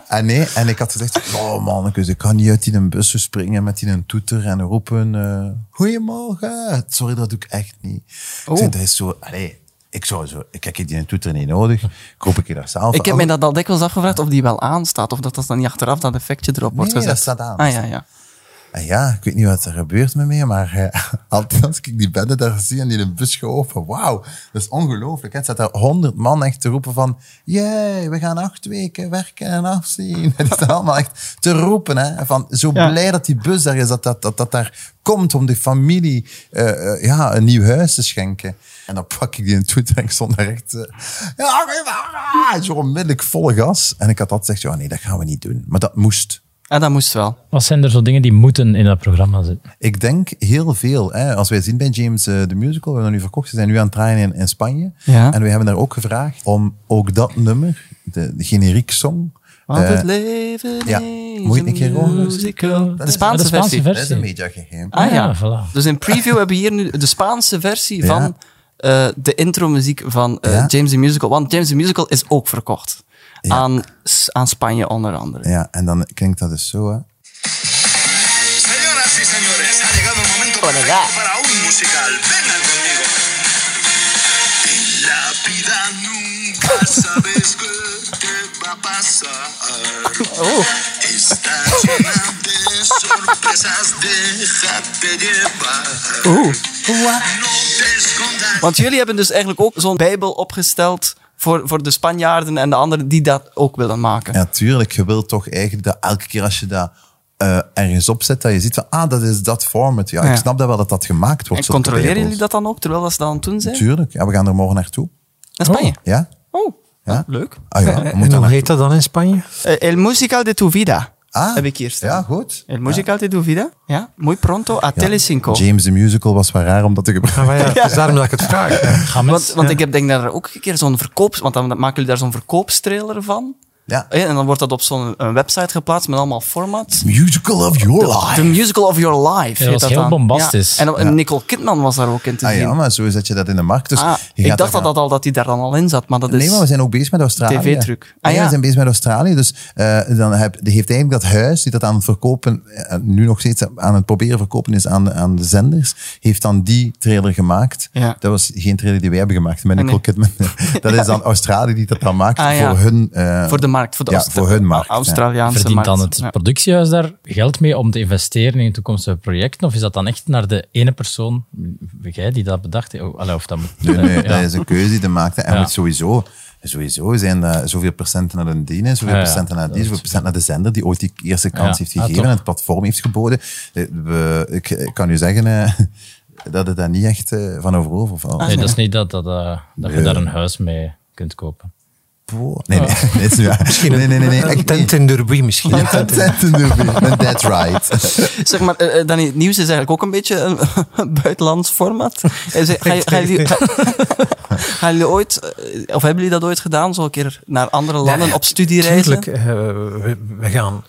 [SPEAKER 6] En nee, en ik had gezegd, oh mannekes, ik kan niet uit die een bus springen met die een toeter en roepen, eh goeiemorgen. Sorry, dat doe ik echt niet. Ik zei, dat is zo, allee, ik zou zo, ik heb die een toeter niet nodig. Ik roep een keer daar zelf
[SPEAKER 2] Ik heb
[SPEAKER 6] af.
[SPEAKER 2] mij dat al dikwijls afgevraagd of die wel aanstaat. Of dat dat dan niet achteraf dat effectje erop wordt
[SPEAKER 6] Nee,
[SPEAKER 2] gezet.
[SPEAKER 6] dat staat aan.
[SPEAKER 2] Ah ja, ja.
[SPEAKER 6] En ja, ik weet niet wat er gebeurt met mij, maar eh, (laughs) altijd als ik die bende daar zie en die in een bus geholpen, wauw, dat is ongelooflijk. hè. Het staat daar honderd man echt te roepen van, jee, we gaan acht weken werken en afzien. (laughs) Het is daar allemaal echt te roepen. Hè? En Van, zo
[SPEAKER 2] Ja.
[SPEAKER 6] blij dat die bus daar is, dat dat, dat, dat daar komt om die familie eh, eh, ja, een nieuw huis te schenken. En dan pak ik die in Twitter en ik stond daar echt... eh, ja, ah, zo onmiddellijk volle gas. En ik had altijd gezegd, ja, nee, dat gaan we niet doen. Maar dat moest.
[SPEAKER 2] Ja, Ah, dat moest wel.
[SPEAKER 3] Wat zijn er zo dingen die moeten in dat programma zitten?
[SPEAKER 6] Ik denk heel veel. Hè. Als wij zien bij James eh, de Musical, we hebben dat nu verkocht, ze zijn nu aan het draaien in, in Spanje.
[SPEAKER 2] Ja.
[SPEAKER 6] En we hebben daar ook gevraagd om ook dat nummer, de, de generiek song,
[SPEAKER 2] Want
[SPEAKER 6] eh,
[SPEAKER 2] het leven
[SPEAKER 6] ja.
[SPEAKER 2] is
[SPEAKER 6] Moet je het een keer horen?
[SPEAKER 2] musical.
[SPEAKER 6] Dat
[SPEAKER 2] De
[SPEAKER 6] is-
[SPEAKER 2] Spaanse
[SPEAKER 3] de Spaanse
[SPEAKER 2] versie.
[SPEAKER 3] versie.
[SPEAKER 6] dat is een media geheim.
[SPEAKER 2] Ah ja.
[SPEAKER 3] Ah, voilà.
[SPEAKER 2] Dus in preview hebben we hier nu de Spaanse versie
[SPEAKER 6] Ja.
[SPEAKER 2] van eh, de intromuziek van eh,
[SPEAKER 6] Ja.
[SPEAKER 2] James the Musical. Want James the Musical is ook verkocht. Aan, S- aan Spanje onder andere.
[SPEAKER 6] Ja, en dan klinkt dat dus zo. Hè.
[SPEAKER 8] Señoras y señores, ha llegado el momento perfecto para un musical. Vengan conmigo. En la vida nunca sabes qué te va a pasar. Está llena de sorpresas, déjate llevar.
[SPEAKER 2] Uh.
[SPEAKER 8] No te escondas.
[SPEAKER 2] Want jullie hebben dus eigenlijk ook zo'n bijbel opgesteld voor, voor de Spanjaarden en de anderen die dat ook willen maken.
[SPEAKER 6] Ja, tuurlijk. Je wilt toch eigenlijk dat elke keer als je dat eh, ergens opzet, dat je ziet van, ah, dat is dat format. Ja,
[SPEAKER 2] Ja.
[SPEAKER 6] ik snap dat wel dat dat gemaakt wordt.
[SPEAKER 2] En
[SPEAKER 6] zo'n
[SPEAKER 2] controleren
[SPEAKER 6] labels.
[SPEAKER 2] jullie dat dan ook, terwijl dat ze dat aan het doen zijn?
[SPEAKER 6] Tuurlijk. Ja, we gaan er morgen naartoe.
[SPEAKER 2] In Spanje?
[SPEAKER 6] Ja?
[SPEAKER 2] Oh,
[SPEAKER 6] Ja?
[SPEAKER 2] leuk.
[SPEAKER 6] Ah ja, we
[SPEAKER 5] En
[SPEAKER 6] moeten
[SPEAKER 5] hoe
[SPEAKER 6] naar...
[SPEAKER 5] heet dat dan in Spanje?
[SPEAKER 2] Eh, El Musical de tu vida.
[SPEAKER 6] Ah,
[SPEAKER 2] eh, heb ik hier staan.
[SPEAKER 6] Ja, goed.
[SPEAKER 2] El Musical de tu vida. Ja. Muy pronto a Telecinco.
[SPEAKER 6] James the Musical was wel raar om dat te
[SPEAKER 5] Ah,
[SPEAKER 6] gebruiken.
[SPEAKER 5] maar ja, het is daarom dat ik het vraag.
[SPEAKER 3] Games?
[SPEAKER 2] Want, want ik heb denk dat er ook een keer zo'n verkoop... Want dan maken jullie daar zo'n verkoopstrailer van.
[SPEAKER 6] Ja.
[SPEAKER 2] Eh, En dan wordt dat op zo'n eh, website geplaatst met allemaal formats.
[SPEAKER 6] Musical of your
[SPEAKER 2] The
[SPEAKER 6] life.
[SPEAKER 2] Musical of Your Life.
[SPEAKER 3] Ja, dat
[SPEAKER 2] heet
[SPEAKER 3] was heel
[SPEAKER 2] dan.
[SPEAKER 3] bombastisch.
[SPEAKER 2] Ja. En dan- En Nicole Kidman was daar ook in te
[SPEAKER 6] Ah
[SPEAKER 2] zien.
[SPEAKER 6] ja, maar zo zet je dat in de markt. Dus
[SPEAKER 2] Ah,
[SPEAKER 6] je
[SPEAKER 2] ik
[SPEAKER 6] gaat
[SPEAKER 2] dacht
[SPEAKER 6] daar
[SPEAKER 2] dat, dat al dat hij daar dan al in zat, maar dat is...
[SPEAKER 6] Nee, maar we zijn ook bezig met Australië.
[SPEAKER 2] TV-truc. Ah,
[SPEAKER 6] Nee,
[SPEAKER 2] ja.
[SPEAKER 6] We zijn bezig met Australië. Dus eh, dan heb, die heeft eigenlijk dat huis, die dat aan het verkopen, eh, nu nog steeds aan het proberen verkopen is aan de, aan de zenders, heeft dan die trailer gemaakt.
[SPEAKER 2] Ja.
[SPEAKER 6] Dat was geen trailer die wij hebben gemaakt met Nicole Kidman.
[SPEAKER 2] (laughs)
[SPEAKER 6] Dat is dan Australië die dat dan maakt
[SPEAKER 2] Ah, ja.
[SPEAKER 6] voor hun... eh,
[SPEAKER 2] Voor de markt, voor de Ah,
[SPEAKER 6] ja,
[SPEAKER 2] Austra-
[SPEAKER 6] voor hun markt, ja.
[SPEAKER 2] Australiaanse
[SPEAKER 3] Verdient
[SPEAKER 2] markt.
[SPEAKER 3] dan het
[SPEAKER 2] Ja.
[SPEAKER 3] productiehuis daar geld mee om te investeren in toekomstige projecten? Of is dat dan echt naar de ene persoon, jij, die dat bedacht heeft? Oh, allee, of dat moet...
[SPEAKER 6] Nee, nee,
[SPEAKER 3] eh, ja.
[SPEAKER 6] dat is een keuze die je maakt. hè. En
[SPEAKER 3] Ja.
[SPEAKER 6] moet sowieso, sowieso zijn er zoveel procenten naar de dine, zoveel
[SPEAKER 3] Ja, ja,
[SPEAKER 6] procenten naar die,
[SPEAKER 3] dat
[SPEAKER 6] zoveel procent naar de zender die ooit die eerste kans
[SPEAKER 3] Ja.
[SPEAKER 6] heeft
[SPEAKER 3] Ah,
[SPEAKER 6] gegeven
[SPEAKER 3] toch.
[SPEAKER 6] en het platform heeft geboden. Eh, we- ik, ik kan u zeggen eh, dat het daar niet echt eh, van over over valt.
[SPEAKER 3] Nee, dat is niet dat, dat, eh, dat je
[SPEAKER 6] Nee.
[SPEAKER 3] daar een huis mee kunt kopen.
[SPEAKER 6] Boah. Nee, nee, nee, het is niet waar. nee, nee, nee, nee,
[SPEAKER 5] Een
[SPEAKER 6] echt
[SPEAKER 5] tent
[SPEAKER 6] niet.
[SPEAKER 5] in Derby misschien.
[SPEAKER 6] Een tent in de buurt. That's right.
[SPEAKER 2] (laughs) Zeg maar, eh, eh, Danny, het nieuws is eigenlijk ook een beetje een, (laughs) buitenlands
[SPEAKER 3] (laughs)
[SPEAKER 2] format. Eh, zeg, Ga je- gaan jullie- ga- (laughs) gaan jullie ooit, eh, of hebben jullie dat ooit gedaan, zo een keer naar andere landen op studiereizen?
[SPEAKER 5] Tuurlijk, eh, we, we gaan.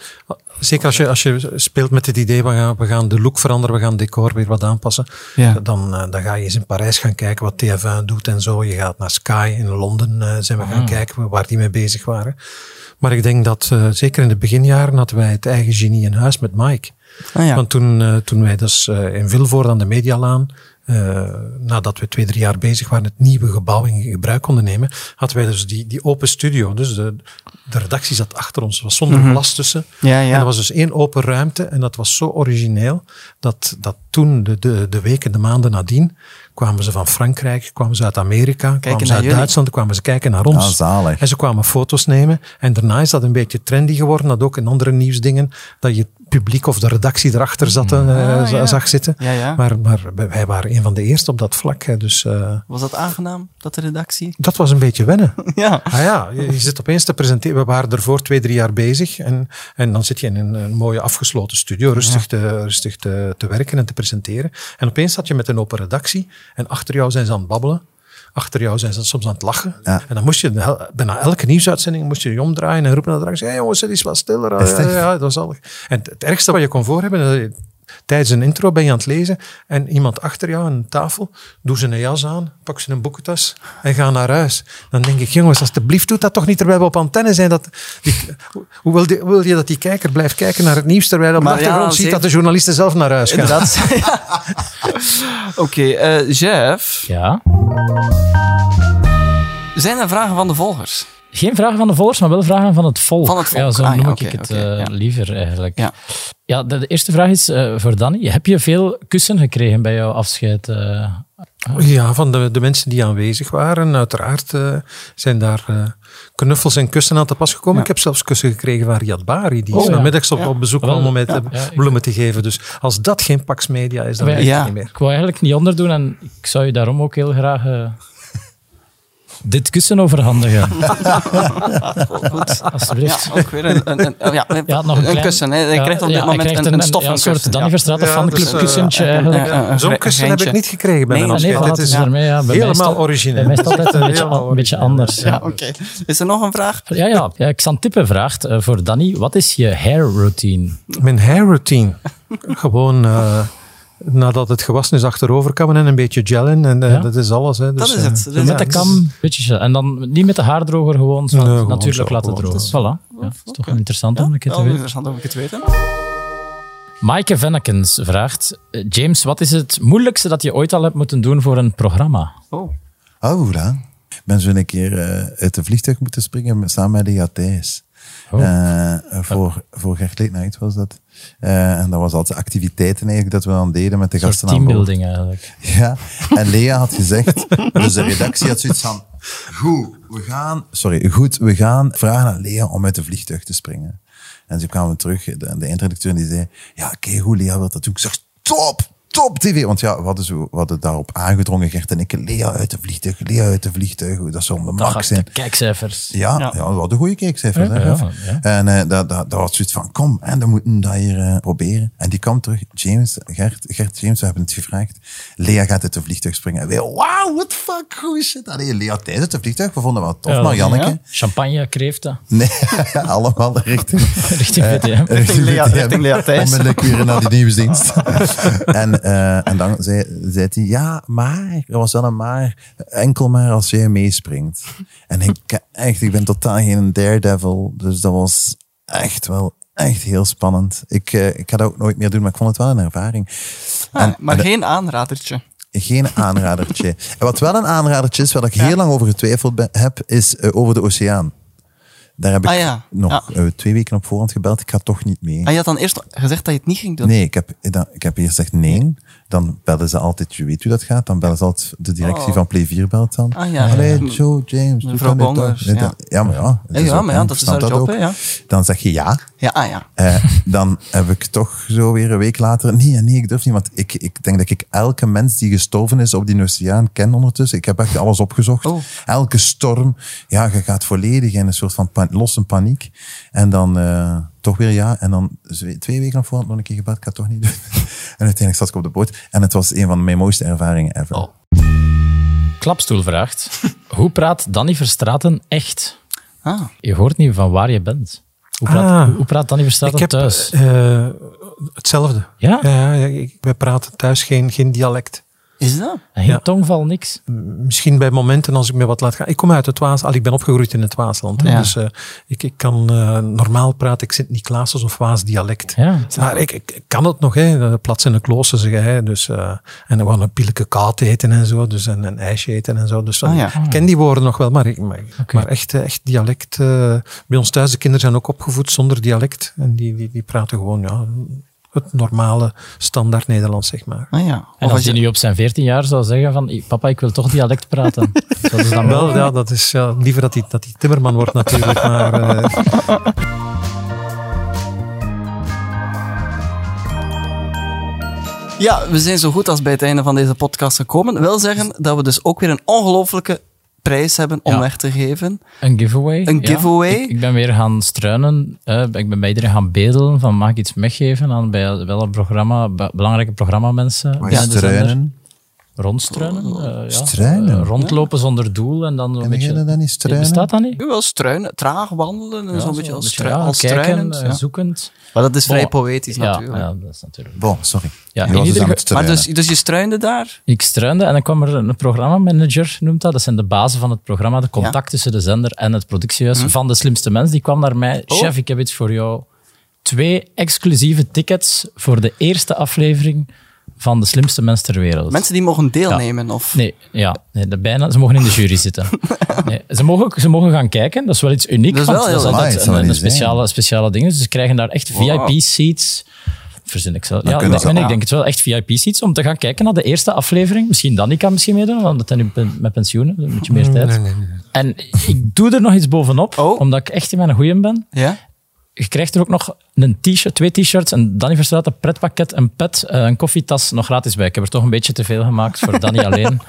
[SPEAKER 5] Zeker als je, als je speelt met het idee, we gaan, we gaan de look veranderen, we gaan het decor weer wat aanpassen.
[SPEAKER 2] Ja.
[SPEAKER 5] Dan, eh, dan ga je eens in Parijs gaan kijken wat TF1 doet en zo. Je gaat naar Sky in Londen, eh, zijn we gaan kijken waar die mee bezig waren. Maar ik denk dat, eh, zeker in de beginjaren, hadden wij het eigen genie in huis met Mike.
[SPEAKER 2] Ah, ja.
[SPEAKER 5] Want toen, eh, toen wij dus eh, in Vilvoorde aan de Medialaan, eh, nadat we twee, drie jaar bezig waren, het nieuwe gebouw in gebruik konden nemen, hadden wij dus die, die open studio. Dus de, de redactie zat achter ons, er was zonder glas tussen.
[SPEAKER 2] Mhm. Ja, ja.
[SPEAKER 5] En er was dus één open ruimte en dat was zo origineel dat, dat toen, de, de, de weken, de maanden nadien, kwamen ze van Frankrijk, kwamen ze uit Amerika, kwamen ze
[SPEAKER 2] naar
[SPEAKER 5] uit
[SPEAKER 2] jullie.
[SPEAKER 5] Duitsland, kwamen ze kijken naar ons.
[SPEAKER 6] Ah, zalig.
[SPEAKER 5] En ze kwamen foto's nemen. En daarna is dat een beetje trendy geworden. Dat ook in andere nieuwsdingen. Dat je het publiek of de redactie erachter zat, en, eh, za- zag zitten.
[SPEAKER 2] Mm. Ja, ja.
[SPEAKER 5] Maar, maar wij waren een van de eerste op dat vlak. Hè. Dus eh,
[SPEAKER 2] Was dat aangenaam, dat de
[SPEAKER 3] (laughs)
[SPEAKER 2] redactie?
[SPEAKER 5] dat was een beetje wennen.
[SPEAKER 2] Ja.
[SPEAKER 5] Ah ja, je, je zit opeens te presenteren. We waren ervoor twee, drie jaar bezig. En, en dan zit je in een, een mooie afgesloten studio, rustig, te, rustig te, te werken en te presenteren. En opeens zat je met een open redactie. En achter jou zijn ze aan het babbelen. Achter jou zijn ze soms aan het lachen.
[SPEAKER 6] Ja.
[SPEAKER 5] En dan moest je de hel- bijna elke nieuwsuitzending moest je, je omdraaien en roepen naar de redactie. Hé jongens, het is wat stiller.
[SPEAKER 6] Is het
[SPEAKER 5] Ja,
[SPEAKER 6] echt?
[SPEAKER 5] ja, ja, dat was al. En het, het ergste wat je kon voor hebben, dat je- tijdens een intro ben je aan het lezen en iemand achter jou aan een tafel doet zijn jas aan, pakt zijn boekentas en gaat naar huis. Dan denk ik, jongens, alsjeblieft, doe dat toch niet terwijl we op antenne zijn. Dat, die, hoe- hoe wil, die- hoe wil je dat die kijker blijft kijken naar het nieuws terwijl op de
[SPEAKER 2] Maar ja,
[SPEAKER 5] achtergrond
[SPEAKER 2] dan
[SPEAKER 5] ziet
[SPEAKER 2] zeker-
[SPEAKER 5] dat de journalisten zelf naar huis gaan?
[SPEAKER 2] Dat, ja.
[SPEAKER 3] (laughs)
[SPEAKER 2] (laughs) Oké, eh, Jeff,
[SPEAKER 3] Ja?
[SPEAKER 2] zijn er vragen van de volgers?
[SPEAKER 3] Geen vragen van de volgers, maar wel vragen van het volk.
[SPEAKER 2] Van het volk.
[SPEAKER 3] Ja, zo
[SPEAKER 2] Ah, ja,
[SPEAKER 3] noem ik
[SPEAKER 2] oké,
[SPEAKER 3] het
[SPEAKER 2] oké,
[SPEAKER 3] eh,
[SPEAKER 2] ja.
[SPEAKER 3] liever eigenlijk.
[SPEAKER 2] Ja.
[SPEAKER 3] Ja, de, de eerste vraag is eh, voor Danny. Heb je veel kussen gekregen bij jouw afscheid? eh?
[SPEAKER 5] Ja, van de, de mensen die aanwezig waren, uiteraard eh, zijn daar eh, knuffels en kussen aan te pas gekomen. Ik heb zelfs kussen gekregen van Riyad Bari, die
[SPEAKER 3] Oh,
[SPEAKER 5] is
[SPEAKER 3] ja.
[SPEAKER 5] namiddags op, op bezoek
[SPEAKER 3] Wel,
[SPEAKER 5] kwam om mij
[SPEAKER 3] ja.
[SPEAKER 5] te-
[SPEAKER 3] Ja, ik-
[SPEAKER 5] bloemen te geven. Dus als dat geen Pax Media is, dan
[SPEAKER 3] Wij-
[SPEAKER 5] weet ik
[SPEAKER 2] Ja.
[SPEAKER 5] het niet meer.
[SPEAKER 3] Ik wou eigenlijk niet onderdoen en ik zou je daarom ook heel graag eh, (laughs) dit
[SPEAKER 2] (laughs)
[SPEAKER 3] kussen overhandigen. Alsjeblieft.
[SPEAKER 2] Ja, ook weer een, een, een- oh ja,
[SPEAKER 3] (laughs) Ja, nog een, klein,
[SPEAKER 2] kussen. Hè. Je
[SPEAKER 3] ja,
[SPEAKER 2] krijgt op
[SPEAKER 3] ja,
[SPEAKER 2] dit
[SPEAKER 3] hij
[SPEAKER 2] moment
[SPEAKER 3] krijgt
[SPEAKER 2] een, een stof
[SPEAKER 3] Een soort Danny Verstraeten
[SPEAKER 5] Ja,
[SPEAKER 3] van
[SPEAKER 5] dus, eh,
[SPEAKER 3] kussentje eigenlijk.
[SPEAKER 5] Zo'n kussen heb ik niet gekregen bij
[SPEAKER 2] Nee, eh,
[SPEAKER 5] mijn
[SPEAKER 3] Ah, nee,
[SPEAKER 5] afscheid.
[SPEAKER 3] voilà,
[SPEAKER 5] Dit
[SPEAKER 3] het is
[SPEAKER 5] is
[SPEAKER 3] ermee, ja. Bij mij is het
[SPEAKER 5] helemaal
[SPEAKER 3] al- Bij
[SPEAKER 5] origineel.
[SPEAKER 3] mij is het altijd
[SPEAKER 5] (laughs)
[SPEAKER 3] een beetje,
[SPEAKER 5] Helemaal
[SPEAKER 3] een beetje
[SPEAKER 5] origineel.
[SPEAKER 3] anders. Ja,
[SPEAKER 2] Oké. Is er nog een vraag?
[SPEAKER 3] ja, ja, ja. Xantippe vraagt eh, voor Danny, wat is je hair routine?
[SPEAKER 5] Mijn hair routine. Gewoon eh, nadat het gewassen is achterover kammen en een beetje gel in. En eh,
[SPEAKER 3] Ja.
[SPEAKER 5] dat is alles. Hè. Dus,
[SPEAKER 2] Dat is
[SPEAKER 5] eh,
[SPEAKER 2] het. Dus
[SPEAKER 3] met de
[SPEAKER 2] dat is-
[SPEAKER 3] kam, beetje zo. En dan niet met de haardroger, gewoon zo
[SPEAKER 5] Nee, gewoon
[SPEAKER 3] natuurlijk
[SPEAKER 5] zo,
[SPEAKER 3] laten
[SPEAKER 5] gewoon.
[SPEAKER 3] drogen. Voilà. Ja, is toch wel interessant om een keer te
[SPEAKER 2] Wel
[SPEAKER 3] weten.
[SPEAKER 2] Oh, interessant om ik het weten.
[SPEAKER 3] Maaike Vennekens vraagt, eh, James, wat is het moeilijkste dat je ooit al hebt moeten doen voor een programma?
[SPEAKER 2] Oh.
[SPEAKER 6] Oh, voilà. Ik ben zo een keer eh, uit een vliegtuig moeten springen met, samen met de JTS.
[SPEAKER 3] Oh.
[SPEAKER 6] Eh, voor, voor Gert Leednight was dat. Eh, en dat was altijd activiteiten eigenlijk dat we dan deden met de
[SPEAKER 3] Een soort
[SPEAKER 6] gasten aan boord.
[SPEAKER 3] teambuilding eigenlijk.
[SPEAKER 6] Ja, en Lea had gezegd, dus de redactie had zoiets van, goed, we gaan, sorry, goed, we gaan vragen aan Lea om uit de vliegtuig te springen. En ze kwamen terug, de, de eindredacteur die zei, ja, oké, hoe Lea wil dat doen? Ik zeg, top, top tv. Want ja, we hadden, zo, we hadden daarop aangedrongen, Gert en ik, Lea uit de vliegtuig, Lea uit de vliegtuig, dat zou de
[SPEAKER 3] Dat
[SPEAKER 6] max
[SPEAKER 3] gaat
[SPEAKER 6] zijn.
[SPEAKER 3] de kijkcijfers.
[SPEAKER 6] Ja, ja. we hadden goede kijkcijfers.
[SPEAKER 3] Ja,
[SPEAKER 6] hè,
[SPEAKER 3] ja,
[SPEAKER 6] Ref?
[SPEAKER 3] ja.
[SPEAKER 6] En eh, dat, dat, dat was zoiets van, kom, en dan moeten we dat hier eh, proberen. En die kwam terug, James, Gert, Gert James, we hebben het gevraagd. Lea gaat uit de vliegtuig springen. En wij, wauw, what the fuck, goeie shit. Allee, Lea tijdens het vliegtuig, we vonden wel tof,
[SPEAKER 3] Ja,
[SPEAKER 6] maar Janneke...
[SPEAKER 3] Champagne, kreeften. (laughs)
[SPEAKER 6] Nee, (laughs) allemaal richting...
[SPEAKER 3] Richting
[SPEAKER 5] Eh,
[SPEAKER 3] VTM.
[SPEAKER 6] Richting
[SPEAKER 2] Lea- richting Lea Thijs.
[SPEAKER 6] Onmiddellijk weer naar die nieuwsdienst.
[SPEAKER 2] (laughs)
[SPEAKER 6] en, eh, en dan zei, zei hij, ja, maar, er was wel een maar, enkel maar als jij meespringt. En ik, echt, ik ben totaal geen daredevil, dus dat was echt wel echt heel spannend. Ik, eh, ik ga dat ook nooit meer doen, maar ik vond het wel een ervaring. En-
[SPEAKER 2] Ah, maar geen aanradertje.
[SPEAKER 6] geen
[SPEAKER 2] (laughs)
[SPEAKER 6] aanradertje. En wat wel een aanradertje is, waar ik heel lang over getwijfeld ben- heb, is eh, over de oceaan. Daar heb ik
[SPEAKER 2] Ah, ja.
[SPEAKER 6] nog
[SPEAKER 2] Ja. Ah
[SPEAKER 6] eh, twee weken op voorhand gebeld. Ik ga toch niet mee.
[SPEAKER 2] En je had dan eerst gezegd dat je het niet ging doen.
[SPEAKER 6] Nee, ik heb, dan- ik heb eerst gezegd nee. Dan bellen ze altijd, je weet hoe dat gaat. Dan bellen ze altijd de directie
[SPEAKER 2] Oh.
[SPEAKER 6] van Play 4 belt dan.
[SPEAKER 2] Ah, ja.
[SPEAKER 6] Allee, Joe, James. doe
[SPEAKER 2] Mevrouw
[SPEAKER 6] dat niet,
[SPEAKER 2] Bongers,
[SPEAKER 6] dat-
[SPEAKER 2] ja.
[SPEAKER 6] dat- ja, maar ja. het
[SPEAKER 2] Ja, ja,
[SPEAKER 6] ook,
[SPEAKER 2] maar ja,
[SPEAKER 6] hè,
[SPEAKER 2] dat is
[SPEAKER 6] verstand
[SPEAKER 2] haar
[SPEAKER 6] dat
[SPEAKER 2] job,
[SPEAKER 6] ook.
[SPEAKER 2] hè, ja.
[SPEAKER 6] Dan zeg je ja.
[SPEAKER 2] Ja, ah ja. (laughs)
[SPEAKER 6] Eh, dan heb ik toch zo weer een week later... Nee, nee, ik durf niet. Want ik, ik denk dat ik elke mens die gestorven is op die oceaan ken ondertussen. Ik heb echt alles opgezocht.
[SPEAKER 2] Oh.
[SPEAKER 6] Elke storm. Ja, je gaat volledig in een soort van pan, losse paniek. En dan eh, toch weer ja. En dan zwe- twee weken op voorhand nog een keer gebeld. Ik ga het toch niet doen. (laughs) en uiteindelijk zat ik op de boot. En het was een van mijn mooiste ervaringen ever.
[SPEAKER 3] Oh. Klapstoel vraagt, hoe praat Danny Verstraten echt?
[SPEAKER 2] Ah.
[SPEAKER 3] Je hoort niet van waar je bent. Hoe praat,
[SPEAKER 5] Ah.
[SPEAKER 3] hoe praat Danny Verstraten
[SPEAKER 5] Ik heb
[SPEAKER 3] thuis?
[SPEAKER 5] eh, hetzelfde.
[SPEAKER 3] Ja?
[SPEAKER 5] Ja, ja, ik- wij praten thuis geen, geen dialect.
[SPEAKER 2] Is dat?
[SPEAKER 3] Geen
[SPEAKER 5] ja.
[SPEAKER 3] tongval, niks.
[SPEAKER 5] Misschien bij momenten als ik me wat laat gaan. Ik kom uit het Waas. Al, ik ben opgegroeid in het Waasland. hè.
[SPEAKER 2] Ja.
[SPEAKER 5] Dus eh, ik, ik kan eh, normaal praten. Ik zit niet Klaasers of Waas dialect.
[SPEAKER 3] Ja.
[SPEAKER 5] Maar ik, ik ik kan het nog, hè. Plats in de klooster zeggen, hè. Dus, eh, en dan een pieleke kaat eten en zo. Dus, en een ijsje eten en zo. Dus dat-
[SPEAKER 2] Ah, ja.
[SPEAKER 5] ik ken die woorden nog wel, maar, ik, maar, maar echt, eh, echt dialect. eh, bij ons thuis, de kinderen zijn ook opgevoed zonder dialect. En die, die, die praten gewoon, ja, het normale standaard Nederlands, zeg maar.
[SPEAKER 2] Ah ja.
[SPEAKER 3] En
[SPEAKER 2] Of
[SPEAKER 3] als
[SPEAKER 2] als
[SPEAKER 3] hij
[SPEAKER 2] je-
[SPEAKER 3] nu op zijn 14 jaar zou zeggen van, "Ik- papa, ik wil toch dialect praten. Zouden ze dan wel?
[SPEAKER 5] Wel, ja, dat is ja, liever dat hij dat die timmerman wordt natuurlijk, (laughs) maar... eh,
[SPEAKER 2] Ja, we zijn zo goed als bij het einde van deze podcast gekomen. Wil zeggen dat we dus ook weer een ongelofelijke prijs hebben om
[SPEAKER 3] Ja.
[SPEAKER 2] weg te geven.
[SPEAKER 3] Een giveaway.
[SPEAKER 2] Een
[SPEAKER 3] ja.
[SPEAKER 2] giveaway.
[SPEAKER 3] Ik, ik ben weer gaan struinen. eh, ik ben bij iedereen gaan bedelen van mag ik iets meegeven aan bij, wel een programma, be- belangrijke programmamensen.
[SPEAKER 6] Maar
[SPEAKER 2] dus
[SPEAKER 3] binnen de zender.
[SPEAKER 6] struinen,
[SPEAKER 3] Rondstruinen. eh, ja.
[SPEAKER 6] struinen?
[SPEAKER 3] Eh, rondlopen zonder doel en dan een
[SPEAKER 6] Kennen
[SPEAKER 3] beetje...
[SPEAKER 6] jullie dat niet, struinen?
[SPEAKER 3] Bestaat dat niet?
[SPEAKER 2] Nu wel struinen, traag wandelen en
[SPEAKER 3] Ja,
[SPEAKER 2] zo'n beetje
[SPEAKER 3] zo
[SPEAKER 2] als,
[SPEAKER 3] een
[SPEAKER 2] strui,
[SPEAKER 3] ja,
[SPEAKER 2] als
[SPEAKER 3] kijken,
[SPEAKER 2] struinend.
[SPEAKER 3] eh,
[SPEAKER 2] ja.
[SPEAKER 3] zoekend.
[SPEAKER 2] Maar dat is vrij
[SPEAKER 3] Bon.
[SPEAKER 2] poëtjes
[SPEAKER 3] Ja,
[SPEAKER 2] natuurlijk.
[SPEAKER 3] Ja, dat is natuurlijk.
[SPEAKER 6] Bon, sorry.
[SPEAKER 3] Ja,
[SPEAKER 6] Ja,
[SPEAKER 3] in
[SPEAKER 6] was dus
[SPEAKER 3] ieder
[SPEAKER 6] aan het
[SPEAKER 2] Maar
[SPEAKER 6] struinen.
[SPEAKER 2] dus, dus je struinde daar?
[SPEAKER 3] Ik struinde en dan kwam er een programmamanager, noemt dat. Dat zijn de bazen van het programma, de contact tussen de zender en het productiehuis van de slimste mens. Die kwam naar mij. Chef, ik heb iets voor jou. Twee exclusieve tickets voor de eerste aflevering van de slimste mens ter wereld.
[SPEAKER 2] Mensen die mogen deelnemen? Of...
[SPEAKER 3] Nee, ja, nee, de- bijna, ze mogen in de jury
[SPEAKER 2] (laughs)
[SPEAKER 3] zitten. Nee, ze, mogen, ook- ze mogen gaan kijken, dat is wel iets uniek.
[SPEAKER 2] Dat is wel
[SPEAKER 3] want
[SPEAKER 2] heel
[SPEAKER 6] amai,
[SPEAKER 3] altijd
[SPEAKER 6] dat zou
[SPEAKER 3] een,
[SPEAKER 6] wel
[SPEAKER 3] een
[SPEAKER 6] eens zijn.
[SPEAKER 3] speciale, speciale ding. Dus ze krijgen daar echt
[SPEAKER 2] Wow.
[SPEAKER 3] VIP-seats. Verzin ik zelf. Ja,
[SPEAKER 6] kunnen
[SPEAKER 3] nee,
[SPEAKER 6] ze-
[SPEAKER 3] nee, ik
[SPEAKER 6] ja.
[SPEAKER 3] denk het wel. Echt VIP-seats om te gaan kijken naar de eerste aflevering. Misschien Danica misschien meedoen, want dat hij nu pen- met pensioenen, een beetje meer tijd.
[SPEAKER 5] Mm, Nee, nee, nee.
[SPEAKER 3] En ik doe er nog iets bovenop,
[SPEAKER 2] Oh.
[SPEAKER 3] omdat ik echt in mijn goeien ben.
[SPEAKER 2] Ja?
[SPEAKER 3] Je krijgt er ook nog een t-shirt, twee t-shirts, een Danny Verstraeten pretpakket, een pet, eh, een koffietas nog gratis bij. Ik heb er toch een beetje te veel gemaakt voor
[SPEAKER 2] (laughs)
[SPEAKER 3] Danny alleen.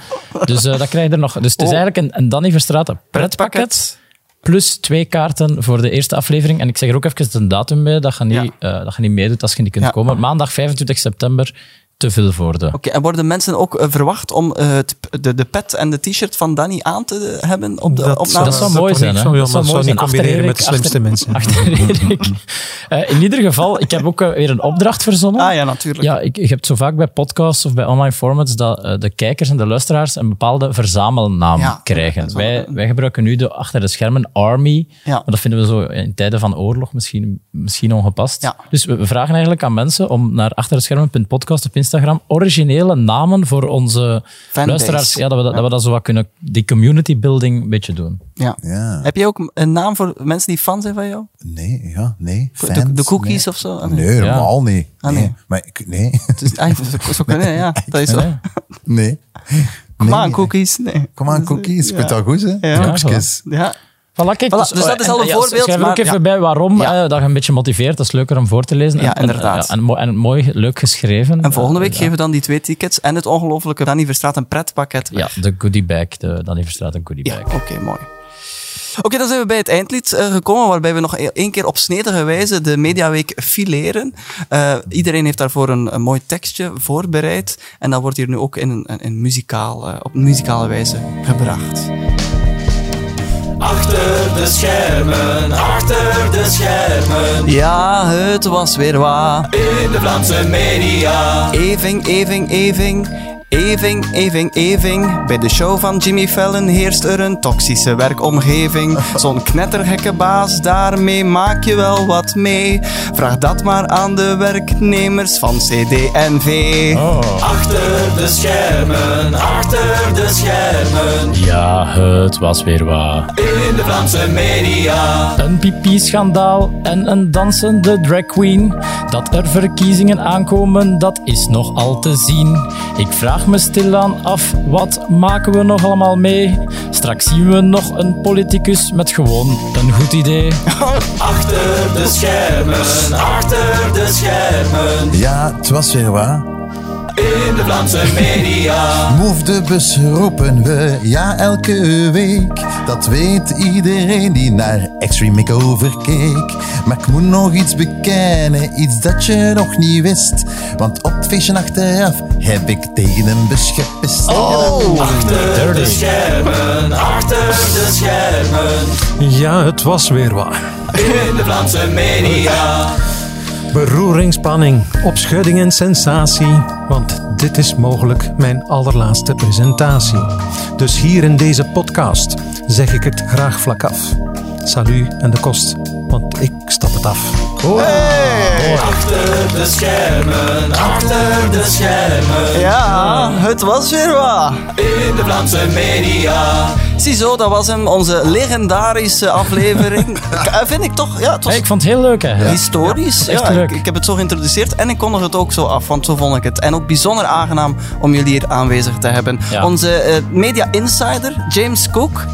[SPEAKER 3] Dus eh, dat krijg je er nog. Dus het is
[SPEAKER 2] Oh.
[SPEAKER 3] eigenlijk een, een Danny Verstraeten pretpakket.
[SPEAKER 2] Pretpakket.
[SPEAKER 3] Plus twee kaarten voor de eerste aflevering. En ik zeg er ook even een datum bij, dat je niet, eh, dat je niet meedoet als je niet kunt
[SPEAKER 2] Ja.
[SPEAKER 3] komen. Maandag 25 september, te veel voorde.
[SPEAKER 2] Oké, en worden mensen ook eh, verwacht om eh, het- de, de pet en de t-shirt van Danny aan te eh, hebben op de opname?
[SPEAKER 3] Dat zou
[SPEAKER 5] Dat
[SPEAKER 3] mooi
[SPEAKER 5] zou
[SPEAKER 3] zijn.
[SPEAKER 5] niet
[SPEAKER 3] hè?
[SPEAKER 5] zo jammer,
[SPEAKER 3] mooi
[SPEAKER 5] zou niet
[SPEAKER 3] zijn.
[SPEAKER 5] combineren
[SPEAKER 3] Achter
[SPEAKER 5] met de slimste
[SPEAKER 3] Erik-
[SPEAKER 5] mensen.
[SPEAKER 3] achter- achter Erik. Eh, in ieder geval, ik heb ook eh, weer een opdracht verzonnen.
[SPEAKER 2] Ah ja, natuurlijk.
[SPEAKER 3] Ja, ik, je hebt zo vaak bij podcasts of bij online formats dat eh, de kijkers en de luisteraars een bepaalde verzamelnaam
[SPEAKER 2] Ja, dat
[SPEAKER 3] krijgen.
[SPEAKER 2] is wel
[SPEAKER 3] Wij,
[SPEAKER 2] een-
[SPEAKER 3] wij gebruiken nu de achter de schermen Army,
[SPEAKER 2] Ja.
[SPEAKER 3] maar dat vinden we zo in tijden van oorlog misschien, misschien ongepast.
[SPEAKER 2] Ja.
[SPEAKER 3] Dus we, we vragen eigenlijk aan mensen om naar achter de schermen.podcast op Instagram originele namen voor onze
[SPEAKER 2] Fanbase.
[SPEAKER 3] luisteraars, ja, dat, we dat, dat we dat zo wat kunnen, die community building een beetje doen.
[SPEAKER 2] Ja.
[SPEAKER 6] Ja.
[SPEAKER 2] Heb je ook een naam voor mensen die fan zijn van jou?
[SPEAKER 6] Nee, ja, nee.
[SPEAKER 2] De-
[SPEAKER 6] fans,
[SPEAKER 2] de cookies
[SPEAKER 6] nee.
[SPEAKER 2] of zo? Ah,
[SPEAKER 6] Nee,
[SPEAKER 2] nee.
[SPEAKER 6] helemaal niet.
[SPEAKER 2] Ah,
[SPEAKER 6] nee.
[SPEAKER 2] nee.
[SPEAKER 6] Maar ik,
[SPEAKER 2] (laughs)
[SPEAKER 6] nee.
[SPEAKER 2] Dus, ah,
[SPEAKER 6] (laughs)
[SPEAKER 2] zo, zo kunnen, ja. Dat is zo.
[SPEAKER 3] Nee.
[SPEAKER 6] nee.
[SPEAKER 2] Kom
[SPEAKER 6] Nee.
[SPEAKER 2] aan, cookies. Nee.
[SPEAKER 6] Kom aan, cookies. Ik vind dat goed, hè?
[SPEAKER 2] Ja.
[SPEAKER 6] Koekjes.
[SPEAKER 2] Ja.
[SPEAKER 3] Voilà, kijk,
[SPEAKER 2] Voilà, dus dat is al een
[SPEAKER 3] en- ja,
[SPEAKER 2] voorbeeld,
[SPEAKER 3] Schrijf er
[SPEAKER 2] maar-
[SPEAKER 3] ook even
[SPEAKER 2] ja.
[SPEAKER 3] bij waarom,
[SPEAKER 2] Ja.
[SPEAKER 3] eh, dat je een beetje motiveert. Dat is leuker om voor te lezen.
[SPEAKER 2] Ja,
[SPEAKER 3] En- en,
[SPEAKER 2] inderdaad.
[SPEAKER 3] ja, En, mooi, en mooi, leuk geschreven.
[SPEAKER 2] En volgende week
[SPEAKER 3] Eh,
[SPEAKER 2] geven we dan die twee tickets en het ongelofelijke Danny Verstraat een pretpakket.
[SPEAKER 3] Ja, ja, de goodie bag. De Danny Verstraeten goodie
[SPEAKER 2] Ja,
[SPEAKER 3] bag.
[SPEAKER 2] oké, mooi. Oké, dan zijn we bij het eindlied eh, gekomen, waarbij we nog e- één keer op snedige wijze de Mediaweek fileren. Eh, iedereen heeft daarvoor een, een mooi tekstje voorbereid. En dat wordt hier nu ook in, een- in muzikaal, eh, op muzikale wijze gebracht.
[SPEAKER 4] Achter de schermen, achter de schermen.
[SPEAKER 2] Ja, het was weer waar.
[SPEAKER 4] In de Vlaamse media.
[SPEAKER 2] Eving, eving, eving. Eving, eving, eving. Bij de show van Jimmy Fallon heerst er een toxische werkomgeving. Zo'n knettergekke baas, daarmee maak je wel wat mee. Vraag dat maar aan de werknemers van CD&V.
[SPEAKER 4] Achter de schermen, achter de schermen.
[SPEAKER 3] Ja, het was weer waar.
[SPEAKER 4] In de Vlaamse media.
[SPEAKER 3] Een pipi-schandaal en een dansende drag queen. Dat er verkiezingen aankomen, dat is nog al te zien. Ik vraag me stilaan af, wat maken we nog allemaal mee? Straks zien we nog een politicus met gewoon een goed idee.
[SPEAKER 4] Achter de schermen, achter de schermen.
[SPEAKER 6] Ja, het was weer waar.
[SPEAKER 4] In de Vlaamse media.
[SPEAKER 6] Move de bus roepen we, ja, elke week. Dat weet iedereen die naar Extreme Makeover keek. Maar ik moet nog iets bekennen, iets dat je nog niet wist. Want op het feestje achteraf heb ik tegen hem beschepist. Oh!
[SPEAKER 4] Achter de schermen, achter de schermen.
[SPEAKER 5] Ja, het was weer waar.
[SPEAKER 4] In de Vlaamse media.
[SPEAKER 5] Beroering, spanning, opschudding en sensatie. Want dit is mogelijk mijn allerlaatste presentatie. Dus hier in deze podcast zeg ik het graag vlak af. Salut en de kost, want ik stap het af.
[SPEAKER 4] Achter de schermen, achter de schermen.
[SPEAKER 2] Ja, het was weer waar.
[SPEAKER 4] In de Vlaamse media.
[SPEAKER 2] Ziezo, dat was hem, onze legendarische
[SPEAKER 4] (laughs)
[SPEAKER 2] aflevering. Eh, Vind ik toch, ja, het was
[SPEAKER 3] Hey, ik vond het heel leuk eigenlijk.
[SPEAKER 2] Historisch, ja.
[SPEAKER 3] echt leuk.
[SPEAKER 2] Ik, ik heb het zo geïntroduceerd en ik kondig het ook zo af, want zo vond ik het. En ook bijzonder aangenaam om jullie hier aanwezig te hebben.
[SPEAKER 3] Ja.
[SPEAKER 2] Onze eh, media insider, James Cook,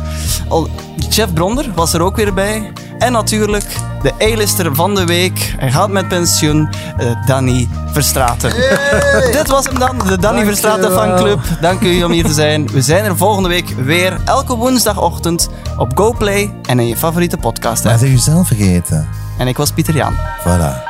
[SPEAKER 2] al, Jeff Bronder was er ook weer bij. En natuurlijk de A-lister van de week. Hij gaat met pensioen, eh, Danny Verstraten. (laughs) Dit was hem dan, de Danny Verstraten fanclub. Dank jullie om hier te zijn. We zijn er volgende week weer, elke woensdagochtend, op GoPlay en in je favoriete podcast.
[SPEAKER 6] Maar ze u zelf vergeten.
[SPEAKER 2] En ik was Pieter Jaan.
[SPEAKER 6] Voilà.